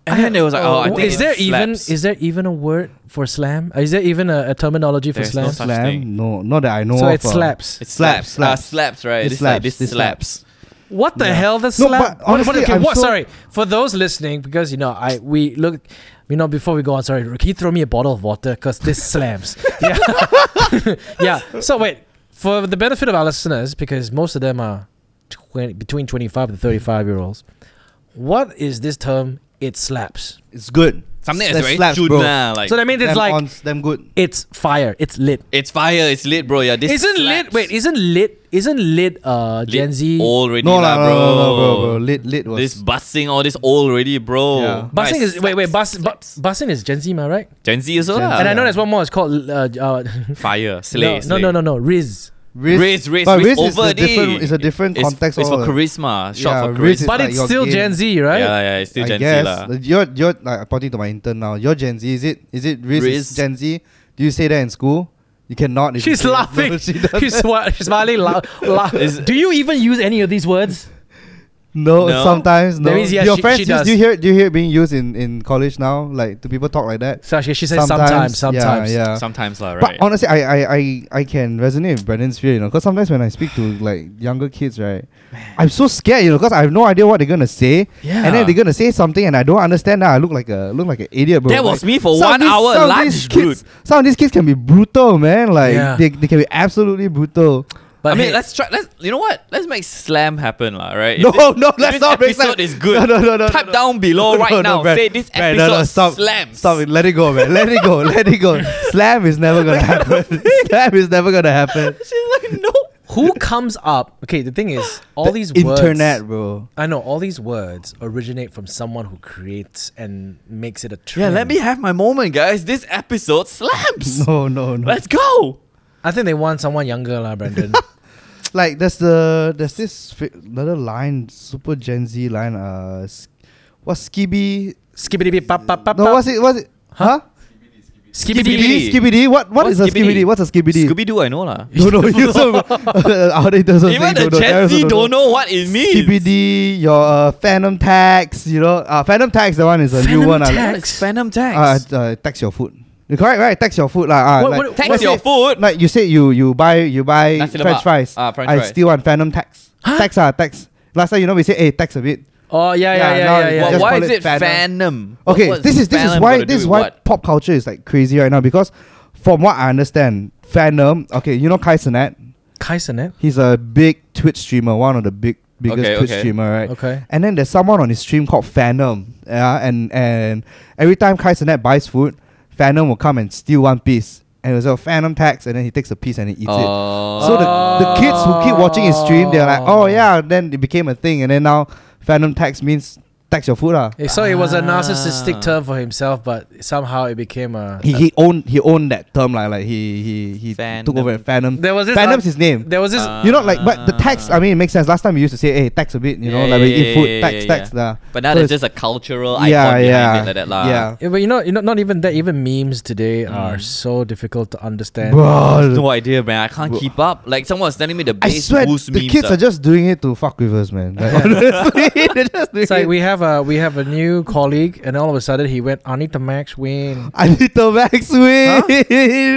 And then it was like, oh, I think
is
it
there
slaps.
even is there even a word for slam? Is there even a, a terminology for
There's no
slam?
such
Slam?
thing.
No, not that I know
so
of. uh.
it
lah.
slaps.
It
Slaps,
slaps,
slaps.
slaps, slaps, right?
It
This like
slaps,
this
it slaps.
slaps.
What the
Yeah.
hell? The
No,
slap.
but
What- what-
honestly,
okay,
I'm
what-
so-
sorry for those listening because you know I we look. You know, before we go on, sorry, can you throw me a bottle of water? Because this slams. Yeah. yeah. So, wait, for the benefit of our listeners, because most of them are 20, between 25 and 35 year olds, what is this term? It slaps.
It's good.
Something
That
that's very
slaps,
slaps,
bro.
like
so, that means it's
Them
like,
ons, them good.
it's fire. It's lit.
it's fire, it's lit, bro. Yeah, this
isn't lit,
slaps.
wait, isn't lit, isn't lit uh,
Lit
Gen Z?
already,
No, lah, no,
lah, bro.
no, no, bro, bro. Lit, lit was.
This busing, all this already, bro.
Yeah.
Right,
Bussing is, wait, wait, bus,
slaps,
bu-
slaps.
bussing is Gen Z, ma, right?
Gen Z is all
Gen
lah.
Ah,
and I know
yeah.
there's one more. It's called uh, uh,
fire, slay,
no, no, no, no, no, Riz.
Riz, Riz,
but Riz
Riz
is
over
a different,
the-
it's a different
It's,
context.
it's for
all.
charisma, shot
Yeah,
for
Riz
charisma.
It's
But
like
it's
your
still
game.
Gen Z, right?
Yeah, yeah, it's still
I
Gen
guess
Z lah.
Uh, you're you're like, I'm pointing to my intern now. You're Gen Z, is it? Is it Riz, is
Riz.
Gen Z? Do you say that in school? You cannot. if you
She's
say-
laughing.
No, she doesn't.
she's, swa- she's smiling. La- la-
Is-
Do you even use any of these words?
no,
No.
sometimes no.
That means, yeah,
Your
she-
friends
she
use,
does.
do you hear do you hear it being used in, in college now? Like do people talk like that?
So she, she says sometimes,
Yeah,
sometimes.
Yeah,
Sometimes lah,
But
right?
honestly, I, I, I, I can resonate with Brandon's fear, you know, because sometimes when I speak to like younger kids, right, I'm so scared, you know, because I have no idea what they're gonna say,
yeah.
and then they're gonna say something, and I don't understand. Now I look like a look like an idiot, bro.
That was
Like,
me for
some of
one
these-
hour
some of
lunch,
these kids,
dude.
Some of these kids can be brutal, man. Like
Yeah.
they, they can be absolutely brutal.
But
I mean,
hey,
let's try. Let's you know what? Let's make slam happen, lah. Right? If
No,
this-
no,
if
let's
this
not make
episode
slam.
is good.
No, no, no, no,
Type
no.
down below
No,
right
no,
now.
Brad.
Say this
Brad,
episode
no, no, stop,
slams.
Stop it. Let it go, man. Let it go. Let it go. Slam is never gonna happen. Slam is never gonna happen.
She's like, no.
who comes up? Okay, the thing is, all
The
these words.
internet, bro.
I know all these words originate from someone who creates and makes it a
Yeah,
trend.
let me have my moment, guys. This episode slams.
No, no, no.
Let's go.
I think they want someone younger, lah, Brandon.
like there's the there's this fi- another line, super Gen Z line. Uh, s- what's skibby?
Skibbity bip, pop, pop, pop,
No,
pop.
what's it? What's it? Huh?
Skibbity
Skibidi?
Skibidi.
Skibidi? What? what's
What's
a skibidi?
skibidi?
What's a skibidi?
Scooby Doo, I know lah.
don't know. You so our haters also
Even
say
the
don't know. They
Gen
also
Z don't know what it means.
Skibidi, your uh, Phantom Tax, you know, uh, Phantom Tax. The one is a
Phantom
new one.
Tax.
Uh,
What is Phantom
uh,
tax.
uh, tax your food. You correct, right? Tax your food, lah. Uh,
What-
like,
what-
Tax
what's
let's
your
say-
food.
Like you say, you you buy you buy
Nasi lemak.
French fries.
Ah, French
I
fries.
still want Phantom Tax.
Huh?
Tax ah, tax. Last time you know we say, hey, tax a bit.
Oh yeah,
Yeah,
yeah, yeah,
now
yeah.
they
yeah,
Why-
just
why
call
is
it
it
Phantom.
Phantom? What-
Okay,
what's
this is this is
Phantom
why
gotta do
this is
with
why
what?
pop culture is like crazy right now because, from what I understand, Phantom. Okay, you know Kai Cenat.
Kaisenet.
He's a big Twitch streamer, one of the big biggest
Okay,
Twitch
okay.
streamer, right?
Okay.
And then there's someone on his stream called Phantom. Yeah, and and every time Kai Cenat buys food, Phantom will come and steal one piece. And it was a Phantom tax, and then he takes a piece and he eats it.
Oh.
So the, the kids who keep watching his stream, they're like, oh yeah, then it became a thing, and then now Phantom tax means tax your food lah.
Eh, So it was a
Ah.
narcissistic term for himself, but somehow it became a.
He he owned he owned that term like like he he he took
Phantom.
over at Phantom.
There was this.
Phantom's
uh,
his name.
There was this.
Ah.
you know, like but the tax. I mean, it makes sense. Last time we used to say, hey, tax a bit. You know,
Yeah,
like we
yeah,
eat
yeah,
food,
yeah,
tax,
yeah,
tax. Yeah.
But now
So
there's
it's-
just a cultural icon behind it like that lah.
yeah.
Yeah, but you know, you know, not even that. Even memes today are
Mm.
so difficult to understand.
Bro,
No idea, man. I can't keep up. Like someone was telling me the
I
base
swear, the kids are just doing it to fuck with us, man. Like, honestly, they're just doing
It's like
it.
we have a we have a new colleague, and all of a sudden he went Anita Max win.
Anita Max win.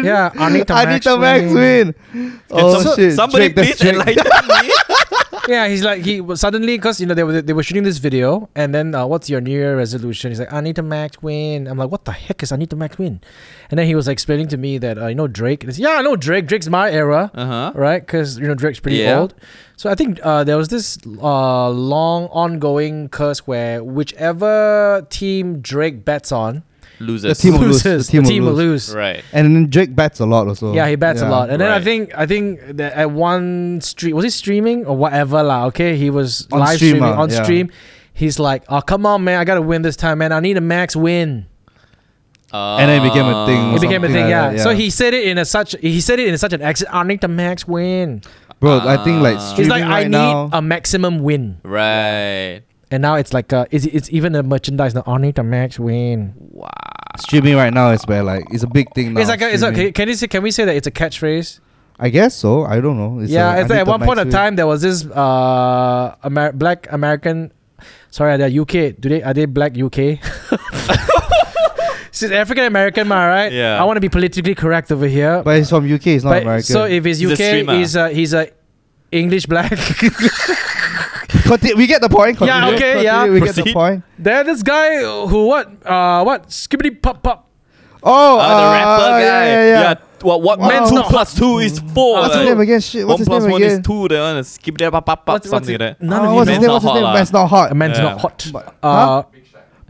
Yeah, Anita
Anita
Max
Max win.
win.
Oh shit!
Somebody
Drake, that's
please enlighten me.
yeah, he's like he was suddenly because you know they were they were shooting this video, and then uh, what's your New Year resolution? He's like Anita Max win. I'm like, what the heck is Anita Max win? And then he was explaining to me that uh, you know Drake. And he's, yeah, I know Drake. Drake's my era.
Uh huh.
right? Because you know Drake's pretty
Yeah.
old. So I think uh, there was this uh, long ongoing curse where whichever team Drake bets on,
loses.
The team will lose.
loses.
The
The
team
team,
will
will
lose.
lose.
Right.
And then Drake bets a lot also.
Yeah, he bats a lot. And then I
Right.
think I think that at one stream was he streaming or whatever lah. Okay, he was
On
live
stream,
streaming
ah,
on
yeah.
stream. He's like, oh come on, man, I gotta win this time, man. I need a max win.
And then it became a thing
Ah.
or
It became a
something
thing,
like
yeah.
that,
So
yeah.
he said it in a such he said it in such an accent. I need the max win.
Bro, I think like
Ah. It's
It's
streaming
like
right
I need
now.
a maximum win,
Right.
and now it's like uh, it's, it's even a merchandise now. I need a max win.
Wow.
streaming right now is where like it's a big thing now.
it's like a, it's a,
streaming.
can, can you say can we say that it's a catchphrase?
I guess so. I don't know. It's
yeah,
a- I
it's
need
like at
the
one point of
max view.
time there was this uh Amer- black American, sorry, they're UK. Do they are they black UK? She's African American, ma, right?
Yeah.
I want to be politically correct over here.
But it's from UK. It's not
But-
American.
So if it's
He's a
UK,
streamer.
he's a he's a English black.
Conti- we get the point.
Yeah,
Continue.
okay, yeah.
Continue, We get the
Proceed.
point.
There, this guy who what uh what skibbity pop pop.
Oh,
Ah, the rapper
uh,
guy.
Yeah, yeah, yeah.
What? What?
Wow.
Man,
Man's
two
not-
plus two is four.
What's his
like.
name again? Shit, what's
one
his
plus
name
one
again?
is two. That one is skip there, pop, pop, pop,
What's- what's
something
it-
like that.
None
Oh,
of
what's
you
his
know.
name? What's his
Man's
name?
not hot
Man's
lah.
not hot.
A man's not hot.
Yeah.
But-
Uh,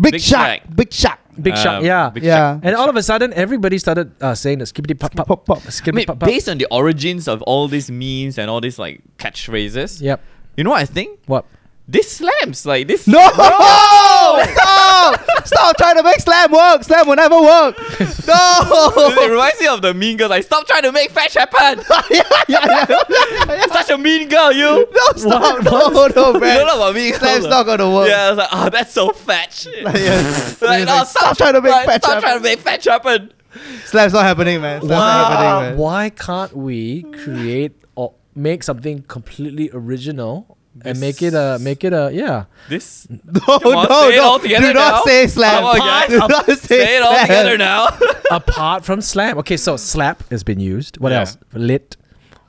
Big
Big
Shark.
Shaq.
Big Shark.
Um, Big
Uh,
shot, yeah.
Big
Yeah.
Shaq.
And all of a sudden, everybody started uh, saying the skibbity pop pop
Pop, pop.
I
skibbity
mean,
pop pop.
based on the origins of all these memes and all these like catchphrases,
Yep.
you know what I think?
What?
This slams like this.
No! Stop! Stop trying to make slam work. Slam will never work.
it
No.
reminds me of the mean girl. Like, stop trying to make fetch happen.
yeah, yeah, yeah.
You're such a mean girl, you.
No, stop. No, no,
You
man.
don't know about me.
Slam's not gonna work.
Yeah, I was like, oh, that's so fetch.
Like, yeah. He's
like,
like,
no,
stop trying to make
like,
fetch
Stop trying to
happen."
make fetch happen.
Slam's not happening, man. Slam's not happening, man.
Why can't we create or make something completely original and make it a make it a yeah?
This.
No,
Come on,
no,
say it all
no.
together
Do not
now.
say slam.
Come on, guys.
Do not say,
Say it all
slam.
together now.
Apart from slam, okay, so slap has been used. What
Yeah.
else? Lit.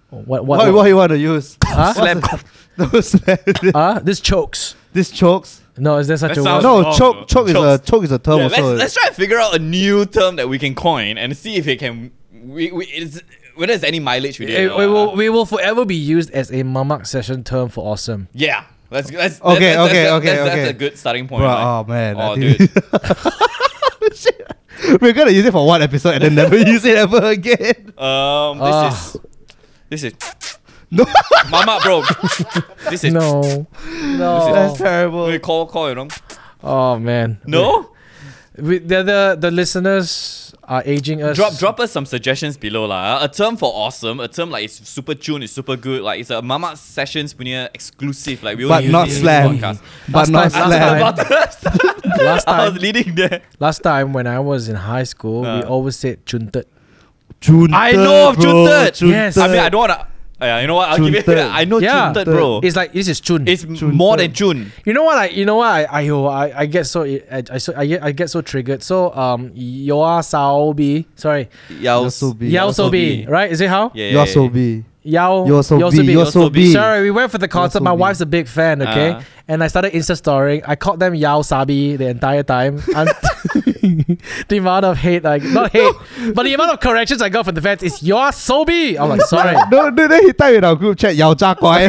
What what?
What, what you want to use?
Huh?
Slam. No, slam.
Uh, this chokes.
This chokes.
No, is there such
That
a
sounds-
word?
No,
wrong, bro.
choke. Choke is a
Oh, Chokes.
choke is a term
Yeah, let's,
also.
let's try to figure out a new term that we can coin and see if it can. We, we, it's, whether there's any mileage we
It,
did.
it will, we will forever be used as a mamak session term for awesome.
Yeah. Let's, let's,
Okay, okay,
that's, that's,
okay,
that's, that's,
okay.
a good starting point.
Bro,
like.
oh man. I
Oh,
think-
dude.
Shit. We're gonna use it for one episode and then never use it ever again.
Um, this
Ah.
is this is
No,
mama, bro. this is
No, no.
that's terrible.
We call call you know.
Oh man,
No,
We, the, the the listeners are aging us.
drop drop us some suggestions below lah. A term for awesome, a term like it's super tune, it's super good. Like it's a mama sessions punya exclusive. Like we
But
only
not
use it in
slam.
this podcast.
But
Last
not
time-
slam.
last Last
I was
time-
leading there.
Last time when I was in high school, we
Uh.
always said chunted.
Junted,
I know of
bro,
Junted.
Yes.
I mean, I don't wanna. Yeah, you know what? I'll give it.
Junted.
I know
Yeah.
Junted, Oh, bro. It's,
It's like this is chun.
more than June.
You know what? I you know what? I I oh, I, I get so I, I so I get I get so triggered. So um, yoa sao bi. Sorry,
Yao
You're so big.
yao so
bi.
bi. Right? Is it how?
Yeah,
You're so big.
Yao
You're so
yao
big. You're so
Yosobi.
big.
Sorry, we went for the concert. My
Yosobi.
wife's a big fan. Okay,
Ah.
and I started insta storying. I called them yao sabi the entire time. And the amount of hate, like not hate, but the amount of corrections I got from the fans is yoa so bi. I'm like sorry.
No, no, then he typed in our group chat, Yao Jia Guai.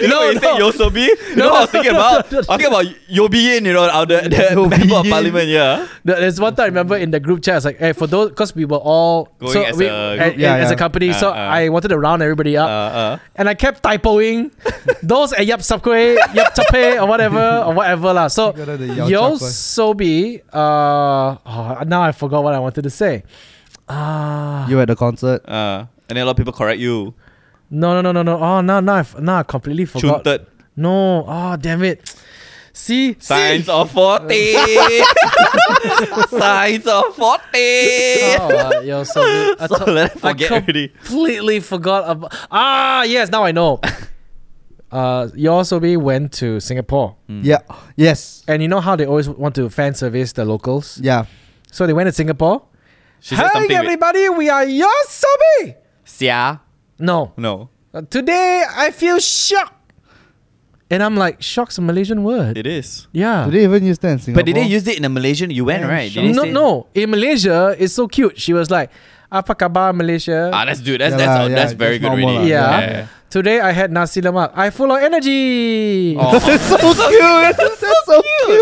You know
No,
when you say
no.
Yosobi? You know what I was thinking about? I was thinking about Yobiyin, you know, our the, the
Yo
member of
Bi-in.
parliament, yeah.
There- There's one time I remember in the group chat, I was like, hey, for those, because we were all
Going
so
as
we-
a group,
a-
yeah,
as a
yeah.
company,
Uh,
so
uh.
I wanted to round everybody
Uh,
up,
uh.
and I kept typoing those at Yap Subque, Yap Chape, or whatever, or whatever lah. So
Got the Yao
Yo
Chap one.
Sobi, uh, oh, now I forgot what I wanted to say. Ah,
You at the concert.
Uh, and then a lot of people correct you.
no, no, no, no, no. Oh, no, no, I, f- no, I completely forgot.
Chunted.
No, oh, damn it. See,
Signs
see.
of 40. Signs of 40.
Oh, uh, Yo Sobi, I
so
to-
let it
I
forget
com-
already.
completely forgot about. Ah, yes, now I know. Uh, Yosobi went to Singapore,
Mm.
Yeah. Yes.
and you know how they always want to fan service the locals.
Yeah.
So they went to Singapore.
She said
Hi,
something with
everybody, we are Yosobi.
Xia.
No,
No,
Uh, today I feel shocked, and I'm like, shock's a Malaysian word.
it is.
yeah.
Do they even use that in Singapore?
Ah. But did they use it in a Malaysian UN, right? Did they
no,
say-
no. In Malaysia, it's so cute. She was like, "Apa khabar Malaysia?"
Ah, that's dude. That's
Yeah
that's
lah, yeah,
that's very
just
good
normal
reading.
lah,
yeah. Today I had nasi lemak. I full of energy.
Oh.
That's so cute. That's so cute.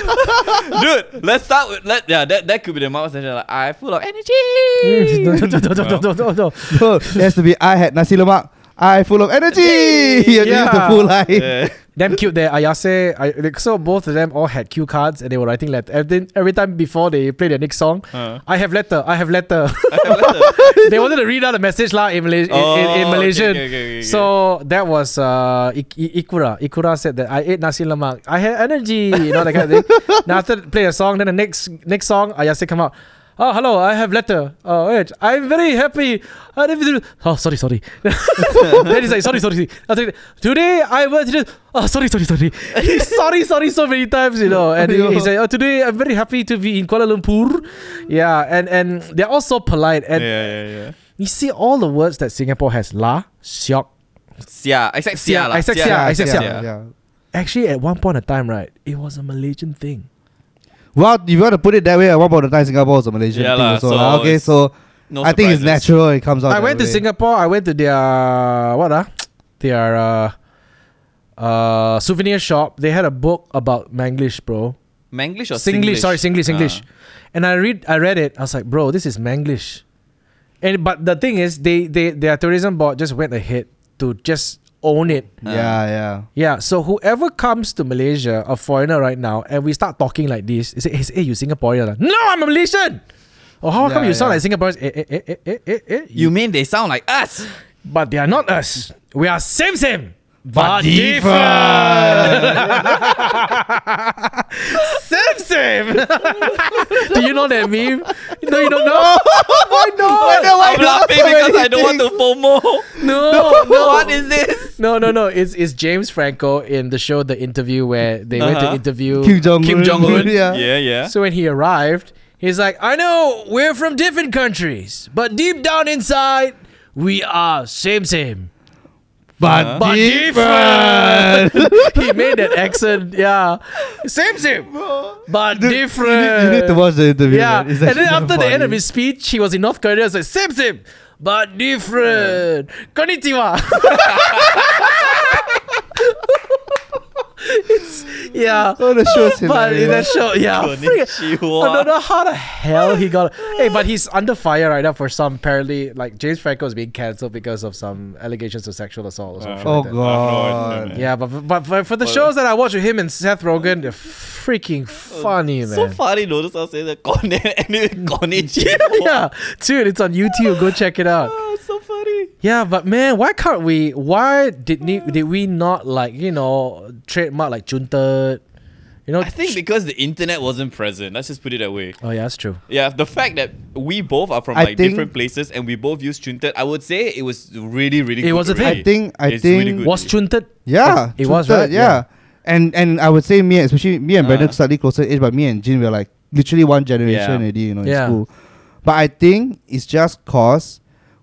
Dude, let's start with let yeah, that, that could be the mouth session. Like, I full of
Mm, no, no, no,
energy.
no, no, no, no, no.
No, it has to be. I had nasi lemak. I full of energy. You have to use the
Yeah.
full I.
Yeah.
Damn cute there. Ayase, I, like, so both of them all had cue cards and they were writing letters. Every, every time before they play their next song,
Uh.
I have letter, I have letter.
I have letter.
they wanted to read out a message lah in, Malay- in, in, in
Oh, okay,
Malaysian.
okay, okay, okay, okay.
So that was uh, Ik- I- Ikura. Ikura said that I ate nasi lemak. I had energy, you know that kind of thing. now after play a song, then the next next song Ayase come out. Oh hello, I have letter. Oh wait, I'm very happy. I didn't do- Oh sorry, sorry. then he's like sorry, sorry. sorry. After that, Today I was just oh sorry, sorry, sorry. He's sorry, sorry so many times, you know. And he, he said, oh today I'm very happy to be in Kuala Lumpur. Yeah, and and they're all so polite and
yeah, yeah, yeah.
you see all the words that Singapore has la, siok.
Sia, except Sia, lah.
Except
Sia,
Sia,
lah,
except
Sia,
Sia.
Sia.
Actually, at one point of time, right, it was a Malaysian thing.
Well, if you want to put it that way, at one point of time, Singapore was a Malaysian
Yeah
thing
lah,
also.
so
lah. Okay,
it's
so
No
I think it's
surprises.
natural. It comes out.
I
Oh, that
went to
way.
Singapore. I went to their what ah, their uh, uh, souvenir shop. They had a book about Manglish, bro.
Manglish or
Singlish,
Singlish?
sorry, Singlish, English.
Ah.
And I read, I read it. I was like, bro, this is Manglish. And but the thing is, they they their tourism board just went ahead to just own it
Yeah, yeah.
Yeah, so whoever comes to Malaysia, a foreigner right now, and we start talking like this, they say, hey, hey you Singaporean? ah?" No, I'm a Malaysian! Or how come
Yeah,
you sound
yeah.
like Singaporeans? Eh, eh, eh, eh, eh, eh, eh.
You mean they sound like us?
But they are not us. We are same, same.
But different.
same, same. Do you know that meme? No, you don't know? Why not?
I'm laughing because I don't want to FOMO.
No, no.
what is this?
No, no, no. It's it's James Franco in the show The Interview where they went to
Uh-huh.
interview
Kim Jong
Kim
Un.
Jong Un.
Yeah.
yeah, yeah.
So when he arrived, he's like, I know we're from different countries, but deep down inside, we are same, same.
But,
Uh-huh.
But
different.
he made that accent, yeah. Same, same. But
Dude, you,
different.
need, you need to watch the interview.
Yeah.
man. It's
And then
actually
after the end of
funny.
his speech, he was in North Korea. It's like, same, same. But different. Konnichiwa. it's, yeah.
Oh, the show's
But in that
hilarious.
show, yeah. freak-
Konnichiwa.
I don't know how the hell he got. hey, but he's under fire right now for some apparently like James Franco is being cancelled because of some allegations of sexual assault or
Uh,
something.
Oh
like that.
god.
man.
Yeah, but but for, for the shows that I watch with him and Seth Rogen, they're freaking funny, man.
Uh, So funny, notice how say that Kon and Konnichiwa.
yeah, dude, it's on YouTube. Go check it out.
Ah, so funny.
Yeah, but man, why can't we? Why did we, did we not like you know trademark like Junta? You know,
I think because the internet wasn't present. Let's just put it that way.
oh yeah, that's true.
Yeah, the fact that we both are from
I
like
think-
different places and we both use Chuntet, I would say it was really, really good.
It was a thing.
already.
I think- I
It's really
think-
good.
Was Junta?
Yeah,
it was
true
right. Uh.
third, Yeah. and and I would say me, and- especially me and Brandon,
Ah.
slightly closer age, but me and Jin were like literally one generation
Yeah.
already, you know,
Yeah.
in school. But I think it's just cause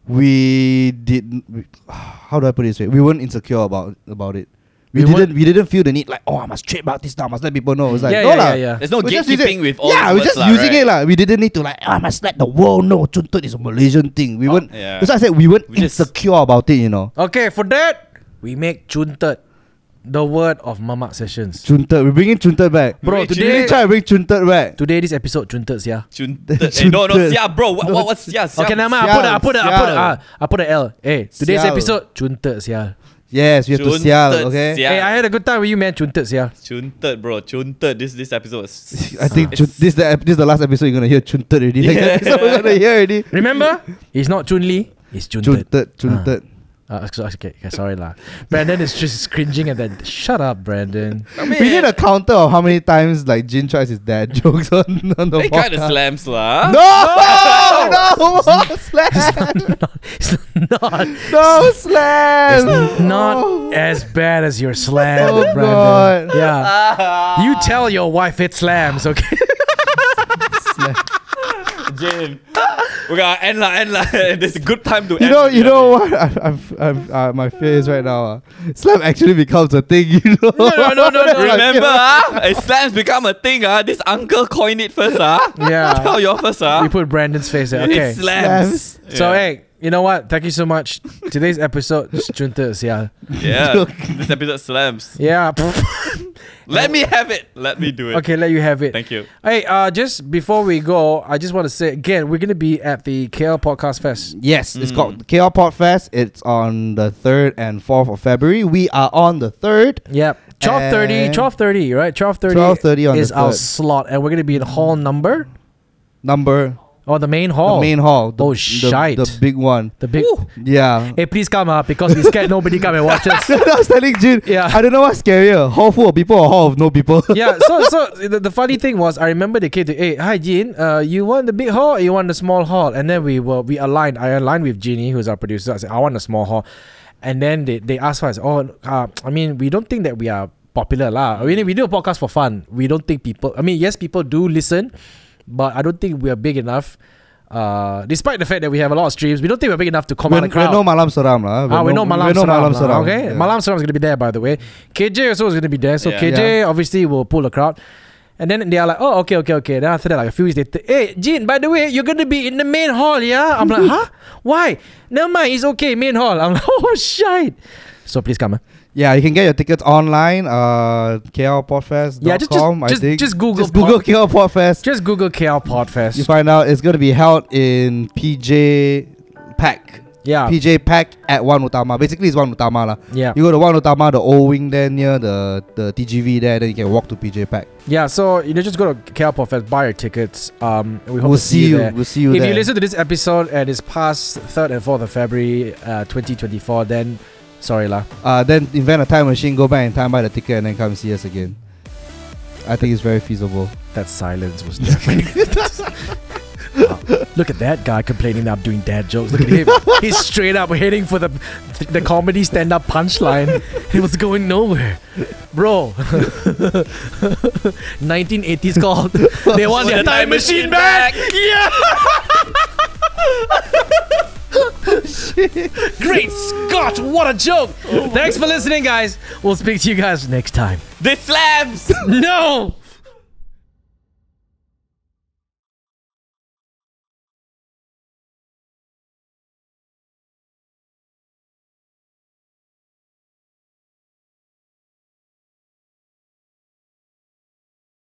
we did. We, how do I put it this way? We weren't insecure about about it. We,
We weren't-
didn't. We didn't feel the need like, oh, I must trademark this now. I must let people know. It's like,
Yeah,
no
yeah,
lah.
yeah, yeah.
There's no
We just use
gatekeeping
it-
with all
Yeah,
the
we're
words
just
lah,
using
right?
it lah. We didn't need to like, oh, I must let the world know Chuntut is a Malaysian thing. We
Oh,
weren't.
yeah.
That's why I said we weren't
We just-
insecure about it. You know,
Okay, for that, we make Junta the word of Mamak sessions.
Chuntut. We bringing Chuntut back.
Bro,
We
Really,
today
really try to bring Chuntut back.
today this episode Juntas, yeah.
Chuntet. Eh, no, no,
Chuntet.
yeah, bro. What, what, what's yeah?
Okay, now I
sial,
put a, I put a, I put a,
sial.
ah, I put a L. Hey, today's
Sial.
episode Juntas, yeah.
Yes, we have to sial, okay?
Hey, I had a good time with you, man. Juntas, yeah.
Chuntet, bro. Chuntet. This this episode was.
I think chun-
it's-
this the ep- this the last episode you're gonna hear chunted already. Next
Yeah.
episode we're gonna hear already.
Remember, it's not Chun Li, it's Juntas.
Chunted, chunted.
Uh, so- okay, okay, sorry lah. Brandon is just cringing at that. Shut up, Brandon.
I mean,
We need a counter of how many times like Jin tries his dad jokes on, on the
It kind of
podcast.
slams lah.
No, no, more slams.
it's not,
No slams.
it's
Oh.
not as bad as your slam,
Oh,
Brandon.
God.
Yeah.
Ah,
You tell your wife it slams, okay?
Jin. We gotta end lah, end lah. This is a good time to
You
end.
know,
the
you know
episode.
what? I, I'm, I'm, uh, my fear is right now. Uh, slam actually becomes a thing. You know.
No, no, no, no, no.
Remember, ah, uh, slams become a thing. Ah, this uncle coined it first. Ah,
Yeah.
tell your first. Ah,
You put Brandon's face there.
It
Okay.
slams.
Slams.
So
Yeah.
hey, you know what? Thank you so much. Today's episode, is juntas, yeah,
Yeah. this episode slams.
yeah.
Let me have it. Let me do it.
okay, let you have it.
Thank you.
Hey, uh, just before we go, I just want to say again, we're gonna be at the KL Podcast Fest.
Yes, it's
Mm.
called KL Pod Fest. It's on the 3rd and 4th of February. We are on the 3rd.
Yep. 12.30,
And-
12.30, right? 12.30,
12:30 on the
is our
third.
slot. And we're going to be in hall number
Number,
or the main hall.
the main hall. The,
Oh,
the-
shite.
The, big one.
The big.
Yeah.
Hey, please come up because we scared nobody come and watch us.
I was telling Jun,
Yeah.
I don't know what's scarier, hall full of people or hall of no people.
yeah, so so the, the funny thing was, I remember they came to, hey, hi, Jin, uh, you want the big hall or you want the small hall? And then we were, we aligned. I aligned with Jeannie, who's our producer. I said, I want the small hall. And then they, they asked us, oh, uh, I mean, we don't think that we are popular. lah. I mean, we do a podcast for fun. We don't think people, I mean, yes, people do listen, but I don't think we are big enough. Uh, despite the fact that we have a lot of streams, we don't think we're big enough to
We're,
command a
we're
crowd.
no Malam Saram. lah.
Ah, we know
no-
Malam
we're no
Seram. lah,
Seram.
Okay,
Yeah.
Malam Seram is going to be there, by the way. KJ also is going to be there. So
Yeah.
KJ obviously will pull a crowd. And then they are like, oh, okay, okay, okay. Then after that, like a few weeks later, hey, Jin, by the way, you're going to be in the main hall, yeah? I'm like, huh? Why? Never mind, it's okay, main hall. I'm like, oh, shit. So please come. eh.
Yeah, you can get your tickets online, uh, klpodfest.com.
Yeah, just-
I
just-
think.
just Google
Just Google
pod-
KL Podfest.
Just Google KL Podfest.
You find out it's going to be held in PJ Pack.
yeah.
PJ Pack at One Utama. Basically, it's One Utama. lah.
Ah. yeah.
You go to One Utama, the old wing there near the, the TGV there, then you can walk to PJ Pack.
Yeah, so you know, just go to KL Podfest, buy your tickets. Um, we hope
We'll
to see
see you.
there.
We'll see you
if
there.
you listen to this episode and it's past 3rd and 4th of February uh, 2024, then sorry lah.
uh, then invent a time machine, go back in time, buy the ticket, and then come see us again. I think it's very feasible.
That silence was deafening. Wow. Look at that guy complaining that I'm doing dad jokes. Look at him. He's straight up heading for the the comedy stand up punchline. It was going nowhere. Bro. 1980s called. They want their time machine back. Yeah. Great Scott, what a Oh joke. Thanks for listening, guys. We'll speak to you guys next time.
This slams.
No!